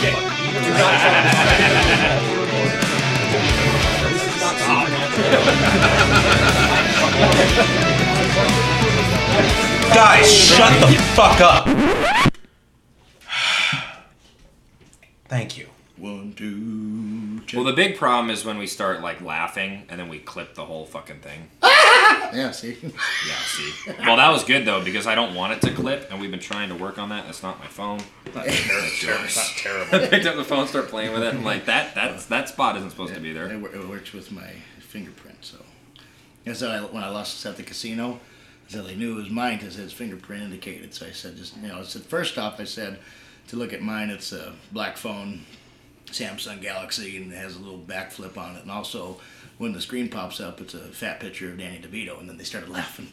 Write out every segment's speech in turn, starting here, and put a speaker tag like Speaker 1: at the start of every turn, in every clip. Speaker 1: dick. You do not talk. This is not supernatural.
Speaker 2: Guys, shut the fuck up. Thank you.
Speaker 3: One, two, check.
Speaker 4: Well, the big problem is when we start like laughing and then we clip the whole fucking thing.
Speaker 3: yeah, see?
Speaker 4: Yeah, see. Well, that was good though because I don't want it to clip, and we've been trying to work on that. That's not my phone.
Speaker 1: It's terrible. It's not terrible.
Speaker 4: I picked up the phone, started playing with it, and like that that's that spot isn't supposed to be
Speaker 3: It,
Speaker 4: there.
Speaker 3: wor- it works with my fingerprint, so. As I, when I lost this at the casino, I said they knew it was mine because it's fingerprint indicated. So I said, just, you know, I said, first off, I said, to look at mine, it's a black phone, Samsung Galaxy, and it has a little backflip on it. And also, when the screen pops up, it's a fat picture of Danny DeVito. And then they started laughing.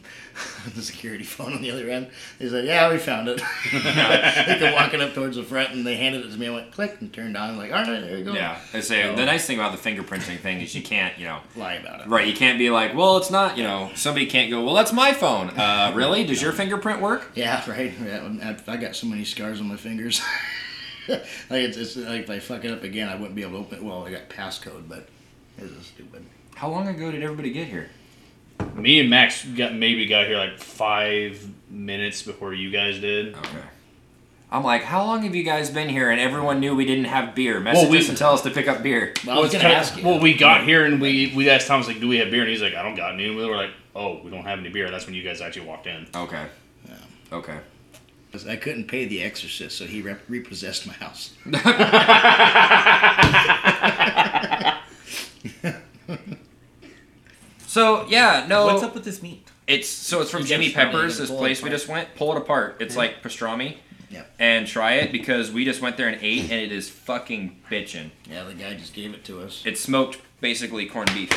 Speaker 3: the security phone on the other end, they said, yeah, we found it. they kept walking up towards the front, and they handed it to me. I went, click, and turned on. like, all right, there you go.
Speaker 4: Yeah. I say the nice thing about the fingerprinting thing is you can't, you know.
Speaker 3: Lie about it.
Speaker 4: Right, you can't be like, well, it's not, you know, somebody can't go, well, that's my phone. Uh, really? Does your fingerprint work?
Speaker 3: Yeah, right. Yeah, I- I got so many scars on my fingers. like it's, it's like if I fuck it up again, I wouldn't be able to open it. Well, I got passcode, but this is stupid.
Speaker 4: How long ago did everybody get here?
Speaker 5: Me and Max got maybe got here like five minutes before you guys did.
Speaker 4: Okay. I'm like, how long have you guys been here? And everyone knew we didn't have beer. Message
Speaker 5: we-
Speaker 4: us and tell us to pick up beer.
Speaker 3: Well, I was gonna
Speaker 5: kinda-
Speaker 3: ask you.
Speaker 5: Well, we got here and we we asked Tom I was like, "Do we have beer?" And he's like, "I don't got any." And we were like, "Oh, we don't have any beer." That's when you guys actually walked in.
Speaker 4: Okay. Okay.
Speaker 3: 'Cause I couldn't pay the exorcist, so he rep- repossessed my house.
Speaker 4: So yeah, no.
Speaker 1: What's up with this meat?
Speaker 4: It's so it's from
Speaker 1: Is
Speaker 4: Jimmy
Speaker 1: that funny?
Speaker 4: Pepper's.
Speaker 1: Just
Speaker 4: This
Speaker 1: pull it
Speaker 4: place we
Speaker 1: apart.
Speaker 4: just went. Pull it apart. It's like pastrami,
Speaker 3: Yeah,
Speaker 4: and try it because we just went there and ate, and it is fucking bitchin'.
Speaker 3: yeah. The guy just gave it to us.
Speaker 4: It's smoked basically corned beef.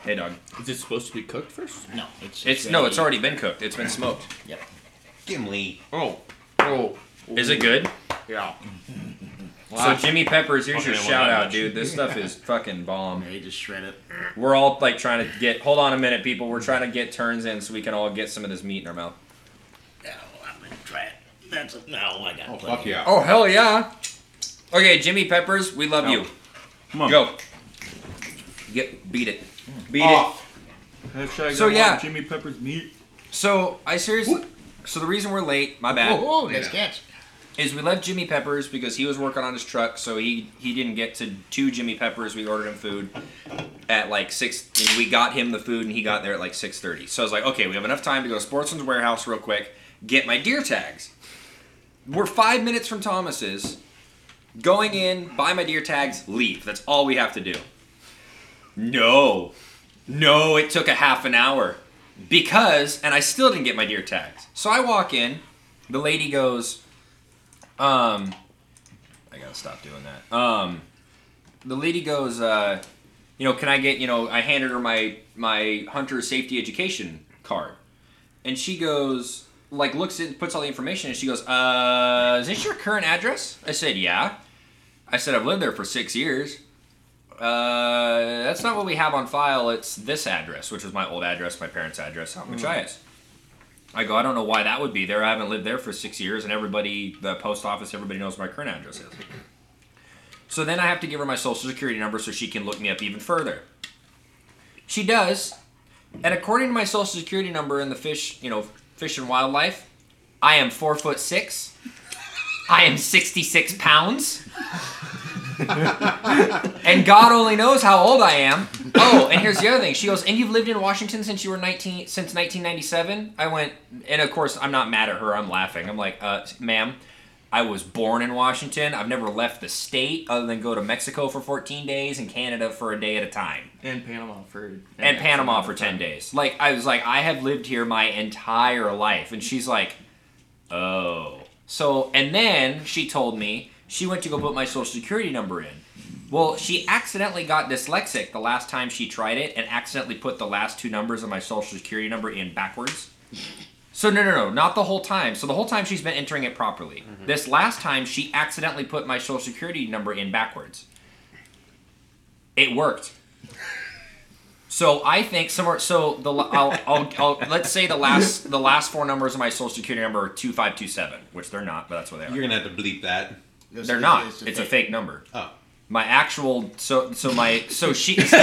Speaker 4: Hey dog.
Speaker 1: Is it supposed to be cooked first?
Speaker 3: No, it's
Speaker 4: It's no, it's already been cooked. It's been smoked.
Speaker 3: Yep.
Speaker 4: Gimli.
Speaker 5: Oh, oh,
Speaker 4: Is it good?
Speaker 5: yeah.
Speaker 4: So Jimmy Pepper's, here's your
Speaker 5: Okay, well,
Speaker 4: shout
Speaker 5: not
Speaker 4: out,
Speaker 5: much.
Speaker 4: dude. This stuff is fucking bomb.
Speaker 3: He just shred it.
Speaker 4: We're all like trying to get. Hold on a minute, people. We're trying to get turns in so we can all get some of this meat in our mouth.
Speaker 3: Yeah, well, Oh, I'm gonna try it. That's a, no, I got. Oh
Speaker 2: yeah.
Speaker 4: Oh hell yeah! Okay, Jimmy Peppers, we love you.
Speaker 2: Come on.
Speaker 4: Go. Get beat it. Oh. Beat
Speaker 2: Hashtag
Speaker 4: So,
Speaker 2: I want
Speaker 4: yeah.
Speaker 2: Jimmy Pepper's meat.
Speaker 4: it. So I seriously. So the reason we're late, my bad,
Speaker 3: Oh, nice catch.
Speaker 4: is we left Jimmy Peppers because he was working on his truck, so he he didn't get to two Jimmy Peppers. We ordered him food at like six, and we got him the food, and he got there at like six thirty. So I was like, okay, we have enough time to go to Sportsman's Warehouse real quick, get my deer tags. We're five minutes from Thomas's. Going in, buy my deer tags, leave. That's all we have to do. No. No, it took a half an hour. Because, and I still didn't get my deer tags. So I walk in, the lady goes, um, I gotta stop doing that. Um, the lady goes, uh, you know, can I get, you know, I handed her my, my hunter safety education card. And she goes, like, looks in, puts all the information and she goes, uh, is this your current address? I said, yeah. I said, I've lived there for six years. Uh, that's not what we have on file. It's this address, which was my old address, my parents' address out in Machias. I go, I don't know why that would be there. I haven't lived there for six years, and everybody, the post office, everybody knows my current address is. So then I have to give her my social security number so she can look me up even further. She does, and according to my social security number in the fish, you know, fish and wildlife, I am four foot six. I am sixty six pounds. and God only knows how old I am. Oh, and here's the other thing. She goes, and you've lived in Washington since you were 19, since 1997. I went, and of course, I'm not mad at her. I'm laughing. I'm like, uh, ma'am, I was born in Washington. I've never left the state other than go to Mexico for 14 days and Canada for a day at a time
Speaker 1: And Panama for.
Speaker 4: and Panama for 10 days. Like, I was like, I have lived here my entire life. And she's like, oh. So, and then she told me she went to go put my social security number in. Well, she accidentally got dyslexic the last time she tried it and accidentally put the last two numbers of my social security number in backwards. So no, no, no, not the whole time. So the whole time she's been entering it properly. This last time she accidentally put my social security number in backwards. It worked. So I think somewhere. So the I'll, I'll, I'll let's say the last the last four numbers of my social security number are two five two seven, which they're not, but that's what they are.
Speaker 2: You're gonna have to bleep that.
Speaker 3: It's-
Speaker 4: They're
Speaker 3: it's-
Speaker 4: not.
Speaker 3: it's
Speaker 4: It's
Speaker 3: a
Speaker 4: a,
Speaker 3: fake.
Speaker 4: fake number.
Speaker 6: Oh.
Speaker 4: My actual so so my so she so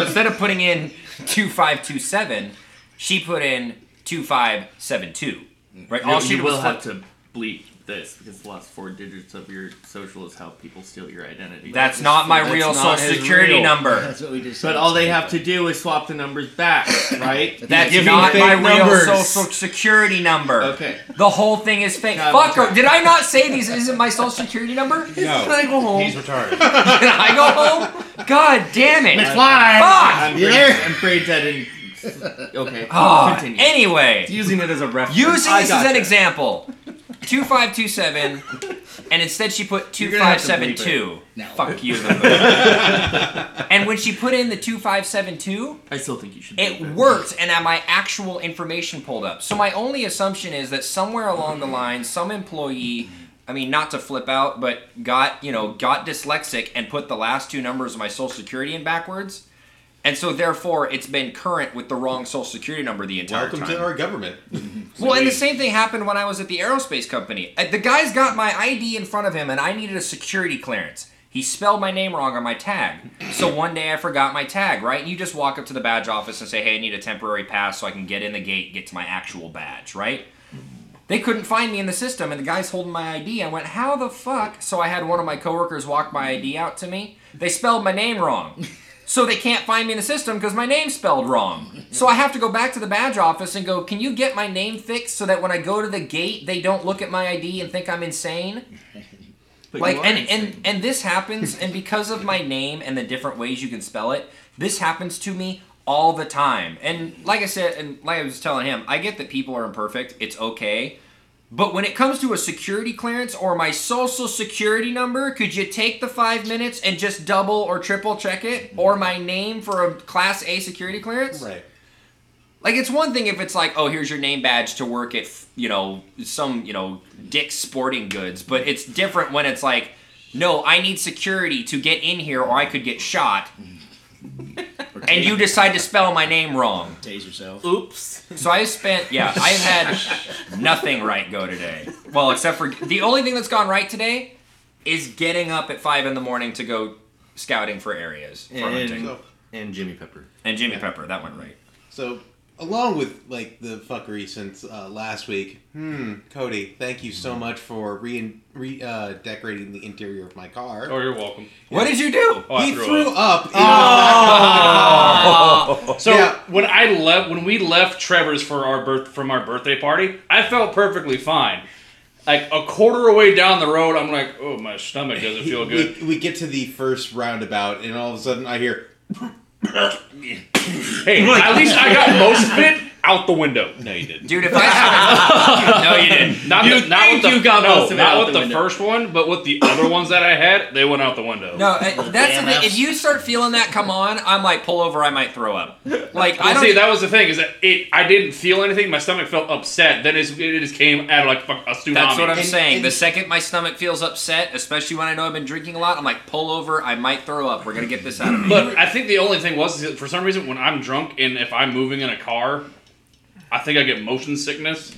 Speaker 4: instead of putting in two five two seven, she put in two five seven two. Right. All
Speaker 1: All
Speaker 4: she
Speaker 1: you
Speaker 4: did
Speaker 1: will
Speaker 4: was
Speaker 1: have to bleep this because the last four digits of your social is how people steal your identity.
Speaker 4: That's not my
Speaker 1: That's
Speaker 4: real
Speaker 1: not
Speaker 4: social
Speaker 1: his
Speaker 4: security
Speaker 1: real.
Speaker 4: number.
Speaker 3: That's what we just said.
Speaker 1: But all they have to do is swap the numbers back, right?
Speaker 4: That's
Speaker 6: Give me
Speaker 4: not
Speaker 6: fake
Speaker 4: my real
Speaker 6: numbers.
Speaker 4: social security number.
Speaker 1: Okay.
Speaker 4: The whole thing is fake.
Speaker 1: God,
Speaker 4: Fucker,
Speaker 1: okay.
Speaker 4: did I not say this isn't my social security number? Can
Speaker 6: No.
Speaker 1: I go home.
Speaker 5: He's retarded.
Speaker 4: I go home? God damn it. Fuck!
Speaker 1: I'm
Speaker 3: You
Speaker 1: afraid-
Speaker 3: there?
Speaker 1: I'm afraid that in. Okay.
Speaker 4: Ah,
Speaker 1: continue.
Speaker 4: anyway.
Speaker 1: Using it as a reference.
Speaker 4: Using
Speaker 1: I
Speaker 4: this as
Speaker 1: gotcha.
Speaker 4: an example, two five two seven, and instead she put two
Speaker 1: gonna
Speaker 4: five
Speaker 1: have to
Speaker 4: seven
Speaker 1: bleep
Speaker 4: two.
Speaker 3: No.
Speaker 4: Fuck you. Limbo. and when she put in the two five seven two,
Speaker 1: I still think you should.
Speaker 4: it
Speaker 1: do that.
Speaker 4: worked, and I had my actual information pulled up. So my only assumption is that somewhere along the line, some employee. I mean, not to flip out, but got you know got dyslexic and put the last two numbers of my social security in backwards, and so therefore it's been current with the wrong social security number the entire
Speaker 6: Welcome
Speaker 4: time.
Speaker 6: to our government.
Speaker 4: Well, and the
Speaker 5: Sweet.
Speaker 4: same thing happened when I was at the aerospace company. Uh, The guy's got my ID in front of him, and I needed a security clearance. He spelled my name wrong on my tag. So one day I forgot my tag, right? You just walk up to the badge office and say, hey, I need a temporary pass so I can get in the gate, get to my actual badge, right? They couldn't find me in the system, and the guy's holding my ID. I went, how the fuck? So I had one of my coworkers walk my ID out to me. They spelled my name wrong. So they can't find me in the system because my name's spelled wrong. So I have to go back to the badge office and go, can you get my name fixed so that when I go to the gate, they don't look at my ID and think I'm insane?
Speaker 1: But
Speaker 4: like
Speaker 1: you are
Speaker 4: and,
Speaker 1: insane.
Speaker 4: and and this happens and because of my name and the different ways you can spell it this happens to me all the time and like i said and like i was telling him i get that people are imperfect it's okay but when it comes to a security clearance or my social security number could you take the five minutes and just double or triple check it or my name for a class a security clearance
Speaker 6: Right.
Speaker 4: like it's one thing if it's like, oh, here's your name badge to work at, you know, some, you know, Dick's Sporting Goods, but it's different when it's like, no, I need security to get in here or I could get shot. And you decide to spell my name wrong.
Speaker 3: Tase yourself.
Speaker 1: Oops.
Speaker 4: So I spent, yeah, I've had nothing right go today. Well, except for the only thing that's gone right today is getting up at five in the morning to go scouting for areas for hunting.
Speaker 6: So,
Speaker 1: And Jimmy Pepper.
Speaker 4: And Jimmy Pepper, that went right.
Speaker 6: so, along with like the fuckery since uh, last week, hmm, Cody, thank you
Speaker 5: Hmm.
Speaker 6: so much for re, re- uh, decorating the interior of my car.
Speaker 5: oh, you're welcome.
Speaker 4: What did you do?
Speaker 5: Oh, I
Speaker 6: he
Speaker 5: threw
Speaker 6: threw
Speaker 5: up. Oh,
Speaker 6: up. in the back of the car.
Speaker 5: So
Speaker 6: Yeah.
Speaker 5: when I left, when we left Trevor's for our birth from our birthday party, I felt perfectly fine. Like a quarter of the way down the road, I'm like, oh, my stomach doesn't feel good.
Speaker 6: We, we get to the first roundabout, and all of a sudden, I hear
Speaker 5: Hey, at least I got most of it out the window.
Speaker 6: no, you didn't.
Speaker 4: Dude, if I had
Speaker 5: No, you didn't. Not, the, not
Speaker 1: think
Speaker 5: with the,
Speaker 1: you got
Speaker 5: no,
Speaker 1: most of it
Speaker 5: not
Speaker 1: out
Speaker 5: with
Speaker 1: the
Speaker 5: the,
Speaker 1: window.
Speaker 5: first one, but with the other ones that I had, they went out the window.
Speaker 4: No, uh, that's the
Speaker 3: Damn
Speaker 4: thing. If
Speaker 3: ass.
Speaker 4: you start feeling that come on, I'm like, pull over, I might throw up. Like, I
Speaker 5: I
Speaker 4: don't.
Speaker 5: see. That was the thing is that it. I didn't feel anything. My stomach felt upset. Then it's, it just came out like fuck, a tsunami.
Speaker 4: that's what I'm
Speaker 6: And-
Speaker 4: saying.
Speaker 6: and-
Speaker 4: the second my stomach feels upset, especially when I know I've been drinking a lot, I'm like, pull over, I might throw up. We're gonna get this out of me.
Speaker 5: But I think the only thing was is that for some reason when I'm drunk and if I'm moving in a car, I think I get motion
Speaker 1: Uh,
Speaker 5: sickness.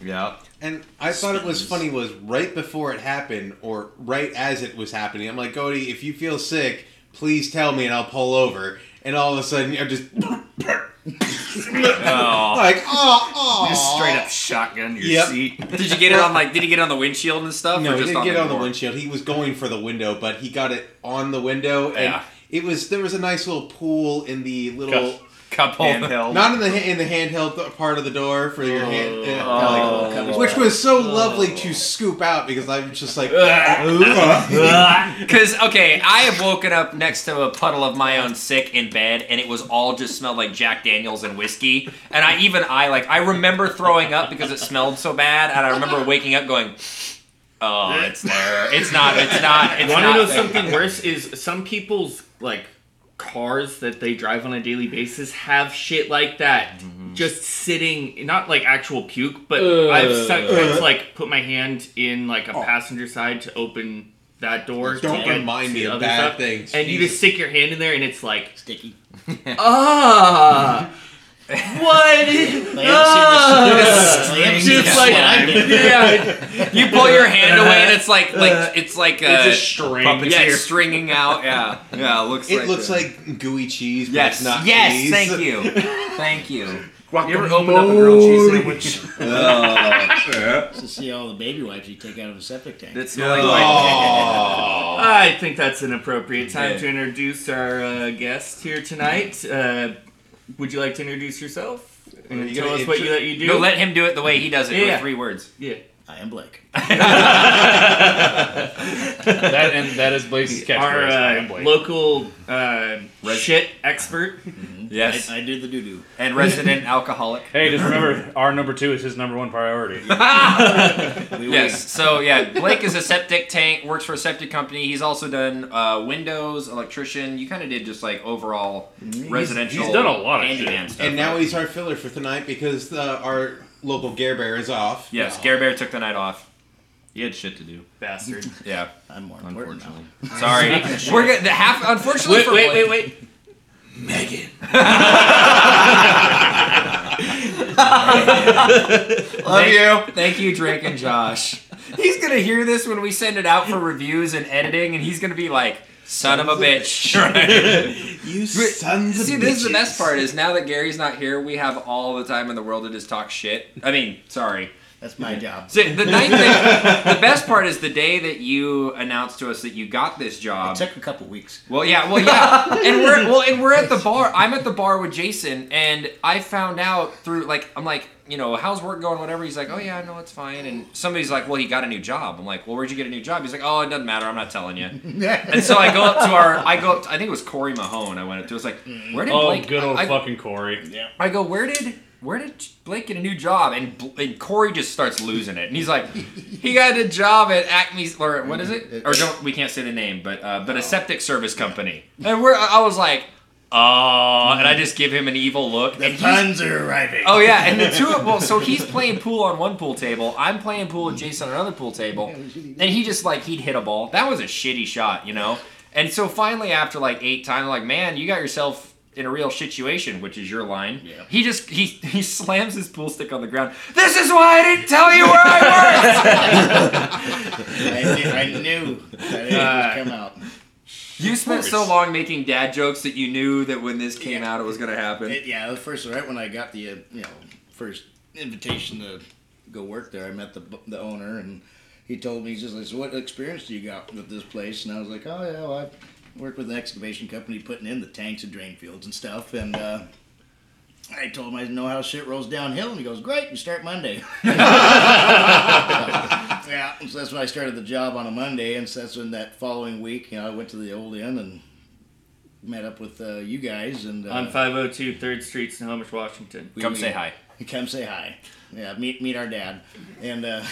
Speaker 1: Yeah.
Speaker 6: And I thought it was funny was right before it happened or right as it was happening. I'm like, Cody, if you feel sick, please tell me and I'll pull over. And all of a sudden, I'm just
Speaker 4: Oh.
Speaker 6: like, oh, oh.
Speaker 1: Just straight up shotgun your
Speaker 6: Yep.
Speaker 1: seat.
Speaker 4: Did you get it on like? Did he get it on the windshield and stuff?
Speaker 6: No,
Speaker 4: or
Speaker 6: he
Speaker 4: just
Speaker 6: didn't get on the
Speaker 4: door?
Speaker 6: windshield. He was going for the window, but he got it on the window, and
Speaker 4: Yeah.
Speaker 6: it was there was a nice little pool in the little.
Speaker 5: Cuff.
Speaker 4: Cup holder.
Speaker 1: Handheld.
Speaker 6: Not in the ha- in the handheld th- part of the door for your
Speaker 4: Oh.
Speaker 6: hand, uh, like,
Speaker 3: Covers
Speaker 6: which
Speaker 3: that.
Speaker 6: was so lovely to scoop out because I'm just like,
Speaker 4: Because okay, I have woken up next to a puddle of my own sick in bed, and it was all just smelled like Jack Daniels and whiskey. And I even I like I remember throwing up because it smelled so bad, and I remember waking up going, "Oh, it's there. It's not. It's not. It's
Speaker 1: Want to
Speaker 4: not."
Speaker 1: know
Speaker 4: there."
Speaker 1: something worse? Is some people's like cars that they drive on a daily basis have shit like that,
Speaker 6: Mm-hmm.
Speaker 1: just sitting, not like actual puke, but I've sometimes like put my hand in like a passenger side to open that door. to
Speaker 6: Oh. Don't
Speaker 1: get
Speaker 6: remind
Speaker 1: to
Speaker 6: me of
Speaker 1: other
Speaker 6: bad
Speaker 1: stuff,
Speaker 6: things,
Speaker 1: And you
Speaker 6: Jesus.
Speaker 1: just stick your hand in there, and it's like
Speaker 3: Sticky.
Speaker 1: ah. What? is-
Speaker 3: They haven't
Speaker 1: Ah!
Speaker 3: seen this.
Speaker 1: Just like yeah,
Speaker 4: You pull your hand away, and it's like like it's like a,
Speaker 5: It's a string.
Speaker 4: yeah,
Speaker 5: Puppeteer.
Speaker 4: it's stringing out. Yeah, yeah. It looks.
Speaker 6: It
Speaker 4: like
Speaker 6: looks
Speaker 4: that.
Speaker 6: like gooey cheese, but
Speaker 4: Yes.
Speaker 6: it's not
Speaker 4: yes.
Speaker 6: cheese.
Speaker 4: Thank you. Thank you. You ever opened up a grilled cheese sandwich?
Speaker 3: to see all the baby wipes you take out of a septic tank.
Speaker 4: That's smelling
Speaker 6: Oh. Aw.
Speaker 1: I think that's an appropriate time
Speaker 4: Yeah.
Speaker 1: to introduce our uh, guest here tonight. Uh, would you like to introduce yourself and
Speaker 6: you
Speaker 1: tell
Speaker 6: gonna
Speaker 1: us what
Speaker 6: intro-
Speaker 1: you, you do?
Speaker 4: like. No, let him do it the way he does it
Speaker 1: Yeah.
Speaker 4: with three words.
Speaker 1: yeah.
Speaker 3: I am Blake.
Speaker 5: that and that is Blaze's catchphrase.
Speaker 1: Our
Speaker 5: I
Speaker 1: uh,
Speaker 5: am Blake.
Speaker 1: local uh, shit expert.
Speaker 4: Yes.
Speaker 3: I, I do the doo doo.
Speaker 4: and resident alcoholic.
Speaker 5: hey, just remember, our number two is his number one priority.
Speaker 4: Yes. So yeah, Blake is a septic tank. Works for a septic company. He's also done uh, windows, electrician. You kind of did just like overall residential.
Speaker 5: he's done a lot of
Speaker 4: handyman
Speaker 5: shit.
Speaker 4: stuff.
Speaker 6: And now he's our filler for tonight because uh, our local Gare Bear is off.
Speaker 4: yes, Gare Bear took the night off. He had shit to do.
Speaker 1: Bastard.
Speaker 4: Yeah.
Speaker 3: I'm more important now.
Speaker 4: Unfortunately. Sorry. We're gonna, the half. Unfortunately
Speaker 1: Wait,
Speaker 4: for
Speaker 1: wait,
Speaker 4: Blake-
Speaker 1: wait, wait.
Speaker 3: Megan.
Speaker 4: Love you. Thank you, Drake and Josh. He's gonna hear this when we send it out for reviews and editing, and he's gonna be like, "Son of a bitch."
Speaker 6: You
Speaker 4: Wait,
Speaker 6: sons of
Speaker 4: See, this is the
Speaker 6: bitches.
Speaker 4: best part is now that Gary's not here, we have all the time in the world to just talk shit. I mean, sorry.
Speaker 3: That's my job.
Speaker 4: So the night that, the best part is the day that you announced to us that you got this job.
Speaker 3: It took a couple weeks.
Speaker 4: Well, yeah, well, yeah, and we're well, and we're at the bar. I'm at the bar with Jason, and I found out through like I'm like, you know, how's work going? Whatever. He's like, oh yeah, no, it's fine. And somebody's like, well, he got a new job. I'm like, well, where'd you get a new job? He's like, oh, it doesn't matter. I'm not telling you. and so I go up to our, I go up. To, I think it was Corey Mahone. I went up to. I was like, where did
Speaker 5: oh,
Speaker 4: Blake?
Speaker 5: good old
Speaker 4: I, I,
Speaker 5: fucking Corey.
Speaker 4: I go, where did where did Blake get a new job? And, Bl- and Corey just starts losing it, and he's like, he got a job at Acme or what is it? Or don't we can't say the name, but uh, but a septic service company. And we're I was like, oh, and I just give him an evil look.
Speaker 3: The
Speaker 4: And he's,
Speaker 3: puns are arriving.
Speaker 4: oh yeah, and the two of well, so he's playing pool on one pool table, I'm playing pool with Jason on another pool table, and he just like he'd hit a ball. That was a shitty shot, you know. And so finally, after like eight times, like man, you got yourself in a real situation, which is your line.
Speaker 3: Yeah.
Speaker 4: He just he he slams his pool stick on the ground. This is why I didn't tell you where I worked.
Speaker 3: I knew, I knew that it
Speaker 4: Uh,
Speaker 3: would come out.
Speaker 4: you spent so long making dad jokes that you knew that when this came out, it was gonna happen.
Speaker 3: It, yeah, the first right when I got the uh, you know first invitation to go work there, I met the the owner and he told me he's just like, so what experience do you got with this place? And I was like, oh yeah, well, I worked with an excavation company putting in the tanks and drain fields and stuff, and. uh I told him I know how shit rolls downhill, and he goes, "Great, you start Monday." yeah, so that's when I started the job on a Monday, and so that's when that following week, you know, I went to the old inn and met up with uh, you guys, and uh,
Speaker 1: On 502 3rd Street, Snohomish, Washington.
Speaker 4: Come say hi.
Speaker 3: Come say hi. Yeah, meet meet our dad. And uh,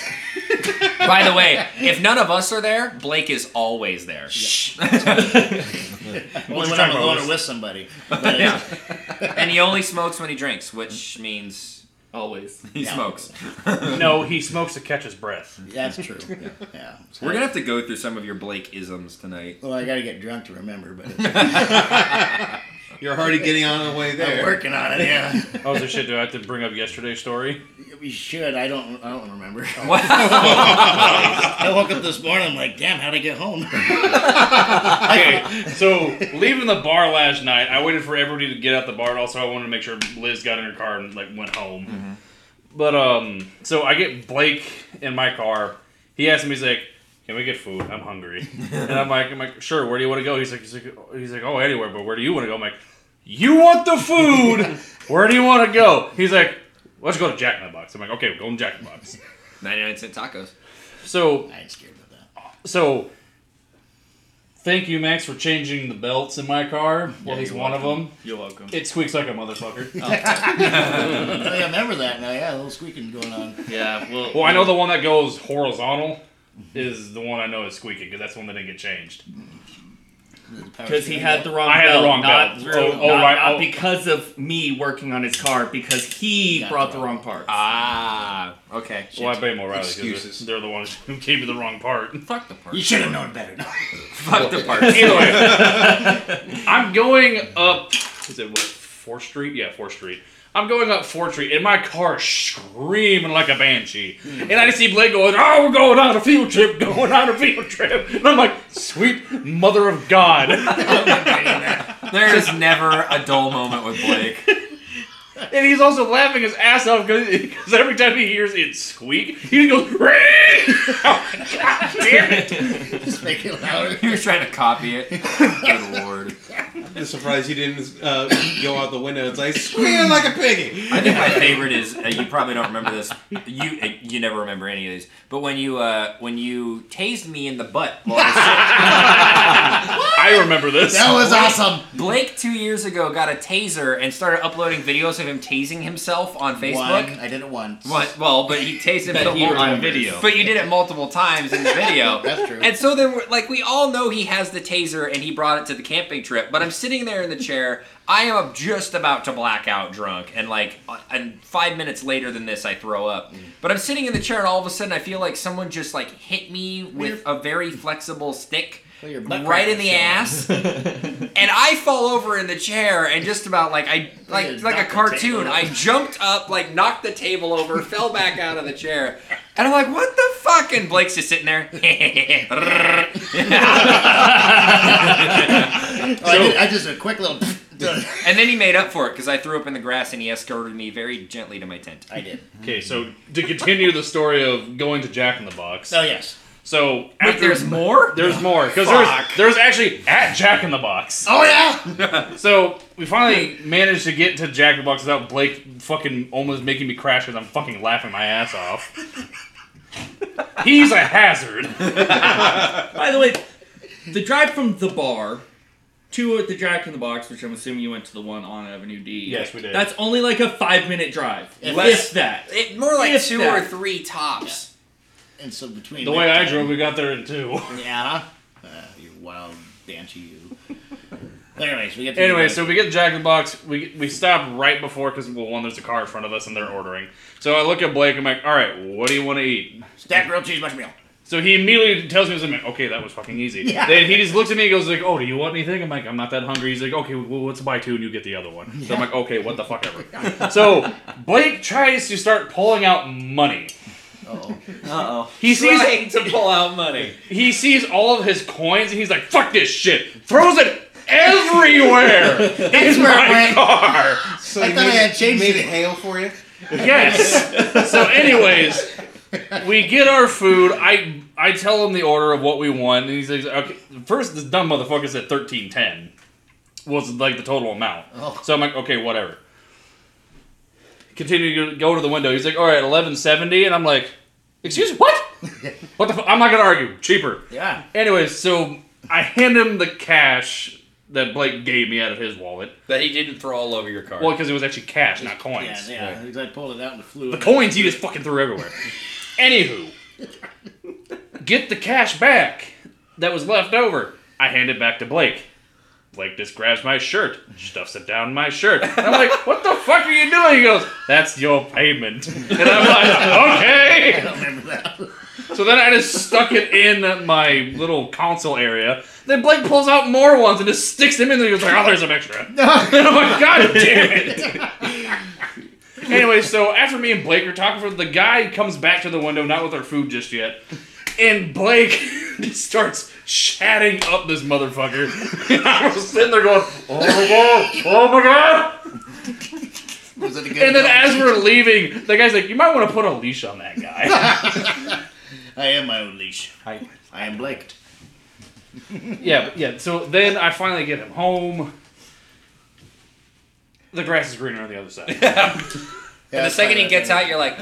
Speaker 4: By the way, if none of us are there, Blake is always there.
Speaker 3: only when I'm alone or with somebody. But,
Speaker 4: Yeah. and he only smokes when he drinks, which means
Speaker 1: Always.
Speaker 4: he smokes.
Speaker 5: No, he smokes to catch his breath.
Speaker 3: That's true. Yeah. yeah. So
Speaker 4: We're gonna have to go through some of your Blake isms tonight.
Speaker 3: Well, I got to get drunk to remember, but it's-
Speaker 6: You're already getting on the way
Speaker 3: I'm
Speaker 6: there.
Speaker 3: working on it. Yeah,
Speaker 5: Oh, so shit, do I have to bring up yesterday's story?
Speaker 3: we should. I don't. I don't remember. I woke up this morning. I'm like, damn, how'd I get home?
Speaker 5: Okay, so leaving the bar last night, I waited for everybody to get out the bar. and Also, I wanted to make sure Liz got in her car and like went home. But um, so I get Blake in my car. He asks me, he's like, "Can we get food? I'm hungry." and I'm like, "I'm like, sure. Where do you want to go?" He's like, "He's like, oh- he's like, oh, anywhere. But where do you want to go?" I'm like, "You want the food? where do you want to go?" He's like, "Let's go to Jack in the Box." I'm like, "Okay, we're going to Jack in the Box."
Speaker 4: 99 cent tacos.
Speaker 5: So
Speaker 3: I ain't scared of that.
Speaker 5: so, thank you, Max, for changing the belts in my car. Well, he's one of them.
Speaker 1: You're welcome.
Speaker 5: It squeaks like a motherfucker. Uh,
Speaker 3: Oh, yeah, I remember that now. Yeah, a little squeaking going on.
Speaker 1: Yeah, well.
Speaker 5: well, I know the one that goes horizontal is the one I know is squeaking because that's the one that didn't get changed.
Speaker 1: Because he had the wrong
Speaker 5: I had the
Speaker 1: belt,
Speaker 5: wrong
Speaker 1: not
Speaker 5: belt.
Speaker 1: through,
Speaker 5: Oh, oh,
Speaker 1: not,
Speaker 5: right,
Speaker 1: not
Speaker 5: oh.
Speaker 1: because of me working on his car, because he
Speaker 3: Got
Speaker 1: brought
Speaker 3: the
Speaker 1: the wrong part.
Speaker 4: Ah, okay.
Speaker 5: Well, I blame O'Reilly because
Speaker 6: Excuses.
Speaker 5: they're the ones who gave me the wrong part.
Speaker 4: Fuck the part.
Speaker 3: You should have known better. No.
Speaker 4: Fuck the part.
Speaker 5: Either way, I'm going up. Is it what Fourth Street? Yeah, Fourth Street. I'm going up Fortree, and my car is screaming like a banshee. And I just see Blake going, "Oh, we're going on a field trip, going on a field trip," and I'm like, "Sweet mother of God!" and
Speaker 4: There is never a dull moment with Blake.
Speaker 5: he's also laughing his ass off because every time he hears it squeak, he goes, "Ring!" God damn it!
Speaker 3: Just make it louder.
Speaker 4: He was trying to copy it. Good lord.
Speaker 6: I'm surprised you didn't uh, go out the window. It's like squeal like a piggy.
Speaker 4: I think my favorite is uh, you probably don't remember this. You uh, you never remember any of these. But when you uh, when you tased me in the butt, while I
Speaker 5: I remember this.
Speaker 3: That was awesome.
Speaker 4: was- Blake two years ago got a taser and started uploading videos of him tasing himself on
Speaker 3: One.
Speaker 4: Facebook.
Speaker 3: I did it once.
Speaker 4: What? Well, but he tased
Speaker 1: That
Speaker 4: himself
Speaker 1: he
Speaker 4: multiple-
Speaker 1: on video.
Speaker 4: But you did it multiple times in the video.
Speaker 3: That's true.
Speaker 4: And so then, we're, like, we all know he has the taser and he brought it to the camping trip, but I'm sitting there in the chair. I am just about to black out drunk, and like, uh, and five minutes later than this, I throw up.
Speaker 3: Mm.
Speaker 4: But I'm sitting in the chair, and all of a sudden, I feel like someone just like hit me with a very flexible stick.
Speaker 3: Well, your butt
Speaker 4: Right
Speaker 3: crack
Speaker 4: in the ass,
Speaker 3: was
Speaker 4: and I fall over in the chair, and just about like I
Speaker 3: Yeah,
Speaker 4: like like a
Speaker 3: knock the
Speaker 4: cartoon,
Speaker 3: table.
Speaker 4: I jumped up, like knocked the table over, fell back out of the chair, and I'm like, "What the fuck?" And Blake's just sitting there.
Speaker 3: Oh, I, did, I just a quick little.
Speaker 4: And then he made up for it because I threw up in the grass and he escorted me very gently to my tent.
Speaker 3: I did.
Speaker 5: Okay, so to continue the story of going to Jack in the Box.
Speaker 3: Oh yes.
Speaker 5: So
Speaker 4: Wait,
Speaker 5: after
Speaker 4: there's more?
Speaker 5: there's more because
Speaker 4: Fuck.
Speaker 5: there's there's actually at Jack in the Box.
Speaker 3: Oh yeah.
Speaker 5: So we finally managed to get to Jack in the Box without Blake fucking almost making me crash because I'm fucking laughing my ass off. He's a hazard.
Speaker 1: By the way, the drive from the bar to the Jack in the Box, which I'm assuming you went to the one on Avenue D.
Speaker 5: Yes, we did.
Speaker 1: That's only like a five minute drive.
Speaker 3: If-
Speaker 1: Less that.
Speaker 4: It, more like
Speaker 1: If
Speaker 4: two or
Speaker 1: that.
Speaker 4: three tops.
Speaker 3: And so between
Speaker 5: The way I drove, we got there in two.
Speaker 3: Yeah. huh? Uh, you wild banshee you. Anyways, we get. To
Speaker 5: Anyway, so we get Jack in the Box. We we stop right before because well, one there's a car in front of us and they're ordering. So I look at Blake. I'm like, all right, what do you want to eat?
Speaker 3: stack grilled cheese mushroom.
Speaker 5: So he immediately tells me something. Okay, that was fucking easy.
Speaker 3: Yeah.
Speaker 5: Then he just looks at me and goes like, "Oh, do you want anything?" I'm like, "I'm not that hungry." He's like, "Okay, well, let's buy two and you get the other one." So I'm like, "Okay, what the fuck ever." so Blake tries to start pulling out money.
Speaker 3: Oh,
Speaker 5: He sees
Speaker 4: Trying to pull out money.
Speaker 5: he sees all of his coins and he's like, "Fuck this shit!" Throws it everywhere
Speaker 3: where
Speaker 5: in
Speaker 3: it
Speaker 5: my
Speaker 3: went.
Speaker 5: car.
Speaker 6: So
Speaker 3: I
Speaker 6: you
Speaker 3: thought I
Speaker 6: made-
Speaker 3: had changed
Speaker 6: made
Speaker 3: it.
Speaker 6: hail for you.
Speaker 5: Yes. So, anyways, we get our food. I I tell him the order of what we want, and he's like, "Okay." First, this dumb motherfucker said thirteen ten was like the total amount.
Speaker 3: Oh.
Speaker 5: So I'm like, okay, whatever. Continue to go to the window. He's like, all right, eleven seventy, and I'm like, excuse me, what? what the? Fu-? I'm not gonna argue. Cheaper.
Speaker 3: yeah.
Speaker 5: Anyways, so I hand him the cash that Blake gave me out of his wallet.
Speaker 4: That he didn't throw all over your car.
Speaker 5: Well, because it was actually cash, not coins.
Speaker 3: Yeah, yeah. because I pulled it out and flew.
Speaker 5: The coins he just fucking threw everywhere. Anywho, get the cash back that was left over. I hand it back to Blake. Blake just grabs my shirt, stuffs it down my shirt. And I'm like, what the fuck are you doing? He goes, that's your payment. And I'm like, okay.
Speaker 3: I remember that.
Speaker 5: So then I just stuck it in my little console area. Then Blake pulls out more ones and just sticks them in there. He was like, oh, there's some extra. and I'm like, God damn it. anyway, so after me and Blake are talking, for the guy comes back to the window, not with our food just yet. And Blake just starts chatting up this motherfucker. And I was sitting there going, oh my god, oh my god.
Speaker 3: Was it a good
Speaker 5: And then
Speaker 3: one?
Speaker 5: as we're leaving, the guy's like, you might want to put a leash on that guy.
Speaker 3: I am my own leash.
Speaker 1: Hi.
Speaker 3: I am Blake.
Speaker 5: Yeah, but yeah. So then I finally get him home. The grass is greener on the other side.
Speaker 3: Yeah,
Speaker 4: and the
Speaker 3: that's
Speaker 4: second
Speaker 3: why
Speaker 4: he
Speaker 3: that-
Speaker 4: gets out, you're like,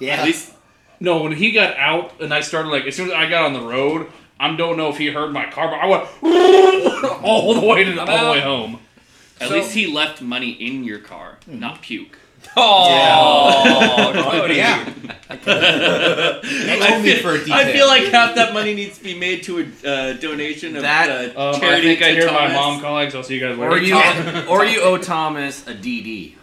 Speaker 3: yeah.
Speaker 5: At least, no. When he got out, and I started like as soon as I got on the road, I don't know if he heard my car, but I went all the way to the, all the way home.
Speaker 1: At
Speaker 4: So-
Speaker 1: least he left money in your car,
Speaker 5: Hmm.
Speaker 1: not puke.
Speaker 4: oh, Cody.
Speaker 6: Yeah. That's
Speaker 1: I
Speaker 6: only
Speaker 1: feel,
Speaker 6: for a detail.
Speaker 1: I feel like half that money needs to be made to a uh, donation of
Speaker 7: That-
Speaker 1: uh,
Speaker 5: Um, I
Speaker 1: charity
Speaker 5: think
Speaker 1: to
Speaker 5: I hear
Speaker 1: Thomas.
Speaker 5: my mom calling, so I'll see you guys later.
Speaker 7: Or you, or you owe Thomas a DD.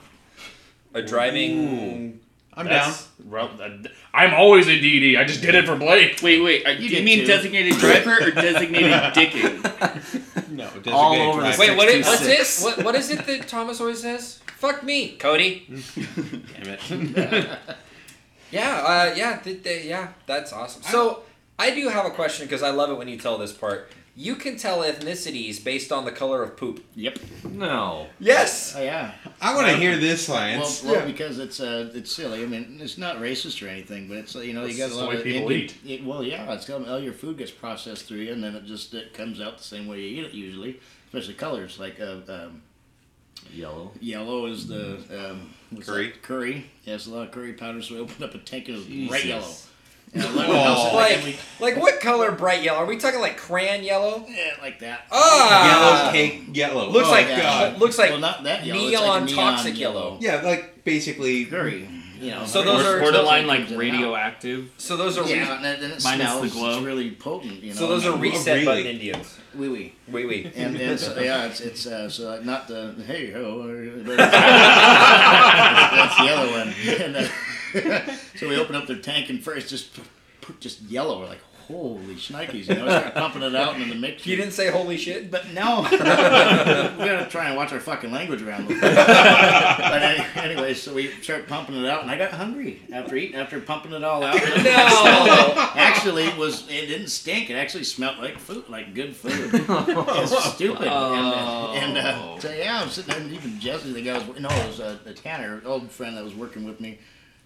Speaker 4: A driving.
Speaker 6: I'm
Speaker 5: That's- well, that- I'm always a DD. I just did it for Blake.
Speaker 1: Wait, wait. Are, do you
Speaker 3: did
Speaker 1: mean
Speaker 3: too.
Speaker 1: designated driver or designated dicking?
Speaker 6: down. No, it doesn't
Speaker 7: All
Speaker 6: get
Speaker 7: over the
Speaker 6: drive.
Speaker 4: Wait, what is, what's
Speaker 7: 626.
Speaker 4: this? What, what is it that Thomas always says? Fuck me, Cody.
Speaker 6: Damn it.
Speaker 4: Yeah, uh, yeah, th- th- yeah. That's awesome. So I do have a question because I love it when you tell this part. You can tell ethnicities based on the color of poop.
Speaker 3: Yep.
Speaker 7: No.
Speaker 4: Yes.
Speaker 3: Oh, yeah.
Speaker 6: I want to hear this
Speaker 3: Well,
Speaker 6: science.
Speaker 3: well, because it's uh, it's silly. I mean, it's not racist or anything, but it's uh, you know you
Speaker 5: It's
Speaker 3: got
Speaker 5: just
Speaker 3: a
Speaker 5: the
Speaker 3: lot
Speaker 5: way
Speaker 3: of
Speaker 5: people
Speaker 3: Indian-
Speaker 5: eat.
Speaker 3: it- well, yeah, it's got all your food gets processed through you, and then it just it comes out the same way you eat it usually, especially colors like uh, um,
Speaker 7: Yellow. Mm-hmm.
Speaker 3: yellow is the um, what's
Speaker 6: Curry.
Speaker 3: that? Curry. Yes, a lot of curry powder. So we opened up a tank and it was
Speaker 7: Jesus.
Speaker 3: bright yellow. And I love
Speaker 6: Oh.
Speaker 3: how- like,
Speaker 4: Like, like what color bright yellow? Are we talking like crayon yellow?
Speaker 3: yeah, like that.
Speaker 4: Ah.
Speaker 6: yellow cake, yellow.
Speaker 4: Looks
Speaker 6: Oh,
Speaker 4: like
Speaker 6: God.
Speaker 4: uh, looks like
Speaker 3: well, not that yellow. it's like
Speaker 4: neon
Speaker 3: a neon
Speaker 4: toxic yellow.
Speaker 6: Yeah, like basically.
Speaker 3: Curry. You know.
Speaker 4: So
Speaker 3: like-
Speaker 4: those
Speaker 1: Or
Speaker 4: are-
Speaker 1: borderline
Speaker 3: those are-
Speaker 1: like radioactive.
Speaker 4: So those are
Speaker 3: yeah, and it, and it
Speaker 1: Minus the
Speaker 3: smells.
Speaker 1: glow.
Speaker 3: It's really potent. You know.
Speaker 4: so those
Speaker 3: and
Speaker 4: are
Speaker 3: then-
Speaker 4: reset
Speaker 6: really?
Speaker 4: button Indians.
Speaker 3: wee wee.
Speaker 4: Wee wee.
Speaker 3: And, and so, yeah, it's, it's uh, so not the hey ho, uh, but- that's the other one. And, uh, so we open up their tank and first just p- p- just yellow. We're like, holy shnikes, you know, start pumping it out in the mixture.
Speaker 4: You didn't say holy shit.
Speaker 3: but no, we gotta try and watch our fucking language around. the- but any, anyway, so we start pumping it out, and I got hungry after eating after pumping it all out. And it
Speaker 4: No.
Speaker 3: actually, was it didn't stink? It actually smelled like food, like good food. It's stupid. And, and,
Speaker 6: Oh.
Speaker 3: uh, so yeah, I'm sitting there, and even Jesse, the guy was no, it was uh, the Tanner, old friend that was working with me,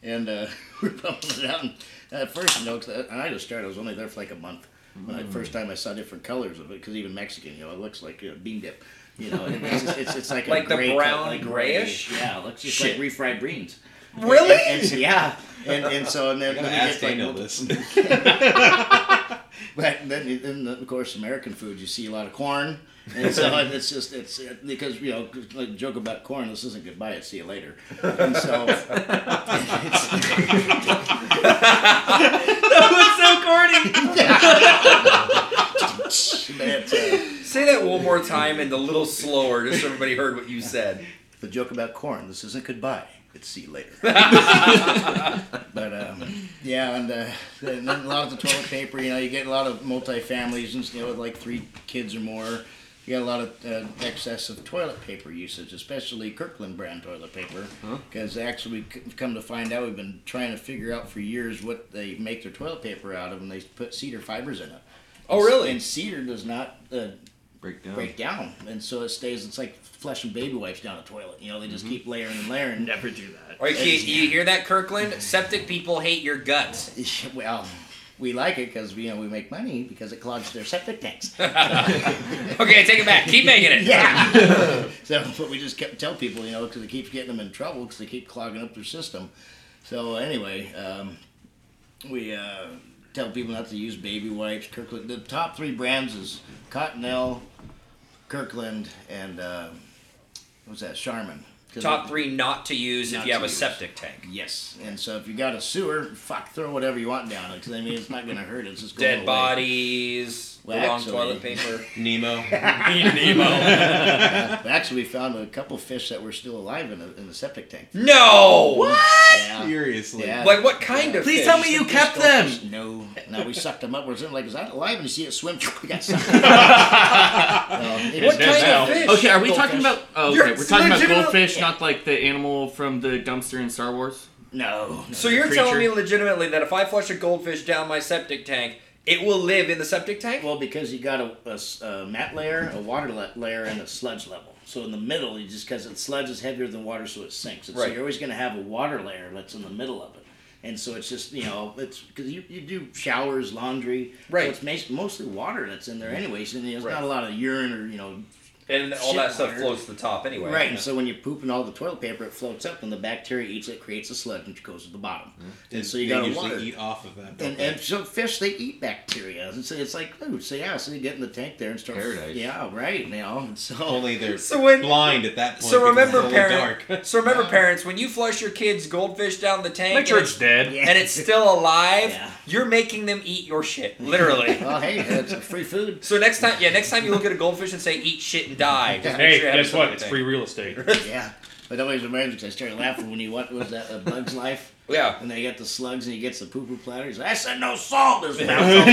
Speaker 3: and uh, we're pumping it out. And at first, you know, 'cause I- and I just started. I was only there for like a month. When I first time I saw different colors of it, because even Mexican, you know, it looks like you know, bean dip. You know, and it's, it's, it's like a
Speaker 4: Like the
Speaker 3: gray
Speaker 4: brown
Speaker 3: color, like
Speaker 4: grayish?
Speaker 3: Yeah, it looks just
Speaker 7: Shit.
Speaker 3: like refried beans.
Speaker 4: Really?
Speaker 3: And, and so, yeah, and, and so and then
Speaker 6: I
Speaker 3: we
Speaker 6: asked
Speaker 3: get like
Speaker 6: Daniel this.
Speaker 3: but then, then of course, American food, you see a lot of corn. And so it's just, it's because, you know, like joke about corn, this isn't goodbye, it's see you later. And so, it's, uh,
Speaker 4: Say that one more time and a little slower, just so everybody heard what you said.
Speaker 3: the joke about corn, this isn't goodbye, it's see you later. but, um, yeah, and, uh, and then a lot of the toilet paper, you know, you get a lot of multi-families and, you know, with like three kids or more. You got a lot of uh, excess of toilet paper usage, especially Kirkland brand toilet paper. Because actually, we c- come to find out, we've been trying to figure out for years what they make their toilet paper out of, and they put cedar fibers in it.
Speaker 4: Oh, really?
Speaker 3: And cedar does not uh,
Speaker 7: Break down.
Speaker 3: break down, and so it stays. It's like flushing baby wipes down a toilet. You know, they just keep layering and layering.
Speaker 1: Never do that.
Speaker 4: Or you, you hear that, Kirkland? Septic people hate your guts.
Speaker 3: well, we like it because you know we make money because it clogs their septic tanks.
Speaker 4: Okay, take it back. Keep making it.
Speaker 3: Yeah. so, but we just kept tell people, you know, because it keeps getting them in trouble because they keep clogging up their system. So anyway, um, we uh, tell people not to use baby wipes. Kirkland. The top three brands is Cottonelle, Kirkland, and uh, what was that Charmin? 'Cause
Speaker 4: Top
Speaker 3: it-
Speaker 4: three not to use if
Speaker 3: Not
Speaker 4: you have
Speaker 3: to
Speaker 4: a
Speaker 3: use.
Speaker 4: septic tank.
Speaker 3: Yes, and so if you got a sewer, fuck, throw whatever you want down it. 'cause, I mean, it's not gonna hurt. It's just going
Speaker 4: Dead
Speaker 3: away.
Speaker 4: bodies,
Speaker 3: Well,
Speaker 4: the wrong
Speaker 3: actually-
Speaker 4: toilet paper.
Speaker 6: Nemo.
Speaker 3: But actually, we found a couple fish that were still alive in the, in the septic tank.
Speaker 4: No.
Speaker 3: Yeah.
Speaker 6: Seriously.
Speaker 3: Yeah.
Speaker 4: Like what kind of?
Speaker 7: Please
Speaker 4: fish?
Speaker 7: tell me you kept them.
Speaker 3: No, no, we sucked them up. We're sitting like, is that alive? And you see it swim. We got sucked. No, it was-
Speaker 4: What kind
Speaker 1: now.
Speaker 4: of fish?
Speaker 1: Okay, are we talking
Speaker 3: Goldfish.
Speaker 1: about? Oh,
Speaker 4: You're
Speaker 1: okay, we're talking about
Speaker 4: legitimate-
Speaker 1: goldfish, not like the animal from the dumpster in Star Wars.
Speaker 3: no, no.
Speaker 4: So you're
Speaker 1: Creature.
Speaker 4: telling me legitimately that if I flush a goldfish down my septic tank, it will live in the septic tank?
Speaker 3: Well, because you got a, a s- a mat layer, a water la- layer, and a sludge level. So in the middle, you just because sludge is heavier than water, so it sinks. And So
Speaker 4: Right.
Speaker 3: you're always going to have a water layer that's in the middle of it. And so it's just you know it's because you, you do showers, laundry,
Speaker 4: Right.
Speaker 3: So it's mas- mostly water that's in there anyways, and there's not a lot of urine or you know
Speaker 4: and all
Speaker 3: Shit
Speaker 4: that stuff
Speaker 3: water.
Speaker 4: floats to the top anyway.
Speaker 3: Right, and so when you poop in all the toilet paper, it floats up, and the bacteria eats it, creates a sludge, which goes to the bottom. And so you
Speaker 6: they
Speaker 3: got to
Speaker 6: usually
Speaker 3: water.
Speaker 6: eat off of that.
Speaker 3: and, and so fish, they eat bacteria, and so it's like, oh, so yeah, so you get in the tank there and start.
Speaker 7: Paradise.
Speaker 3: Yeah, right. You know, and so
Speaker 6: Only they're
Speaker 4: So when-
Speaker 6: blind at that point.
Speaker 4: So
Speaker 6: because it's
Speaker 4: remember,
Speaker 6: only dark.
Speaker 4: parent. So remember, parents. When you flush your kids' goldfish down the tank,
Speaker 5: Make sure
Speaker 4: and
Speaker 5: it's dead.
Speaker 3: Yeah.
Speaker 4: and it's still alive,
Speaker 3: Yeah.
Speaker 4: you're making them eat your shit, literally.
Speaker 3: well, Oh, hey, it's free food.
Speaker 4: so next time, yeah, next time you look at a goldfish and say "eat shit and die," just make
Speaker 5: Hey,
Speaker 4: sure you have
Speaker 5: guess what?
Speaker 4: something
Speaker 5: It's
Speaker 4: to
Speaker 5: free real estate.
Speaker 3: Yeah, but always reminds me 'cause I started laughing when you what was that a Bug's Life.
Speaker 4: think. Yeah.
Speaker 3: And they got the slugs, and he gets the poo poo platter. He's like, I said no salt. This mouth.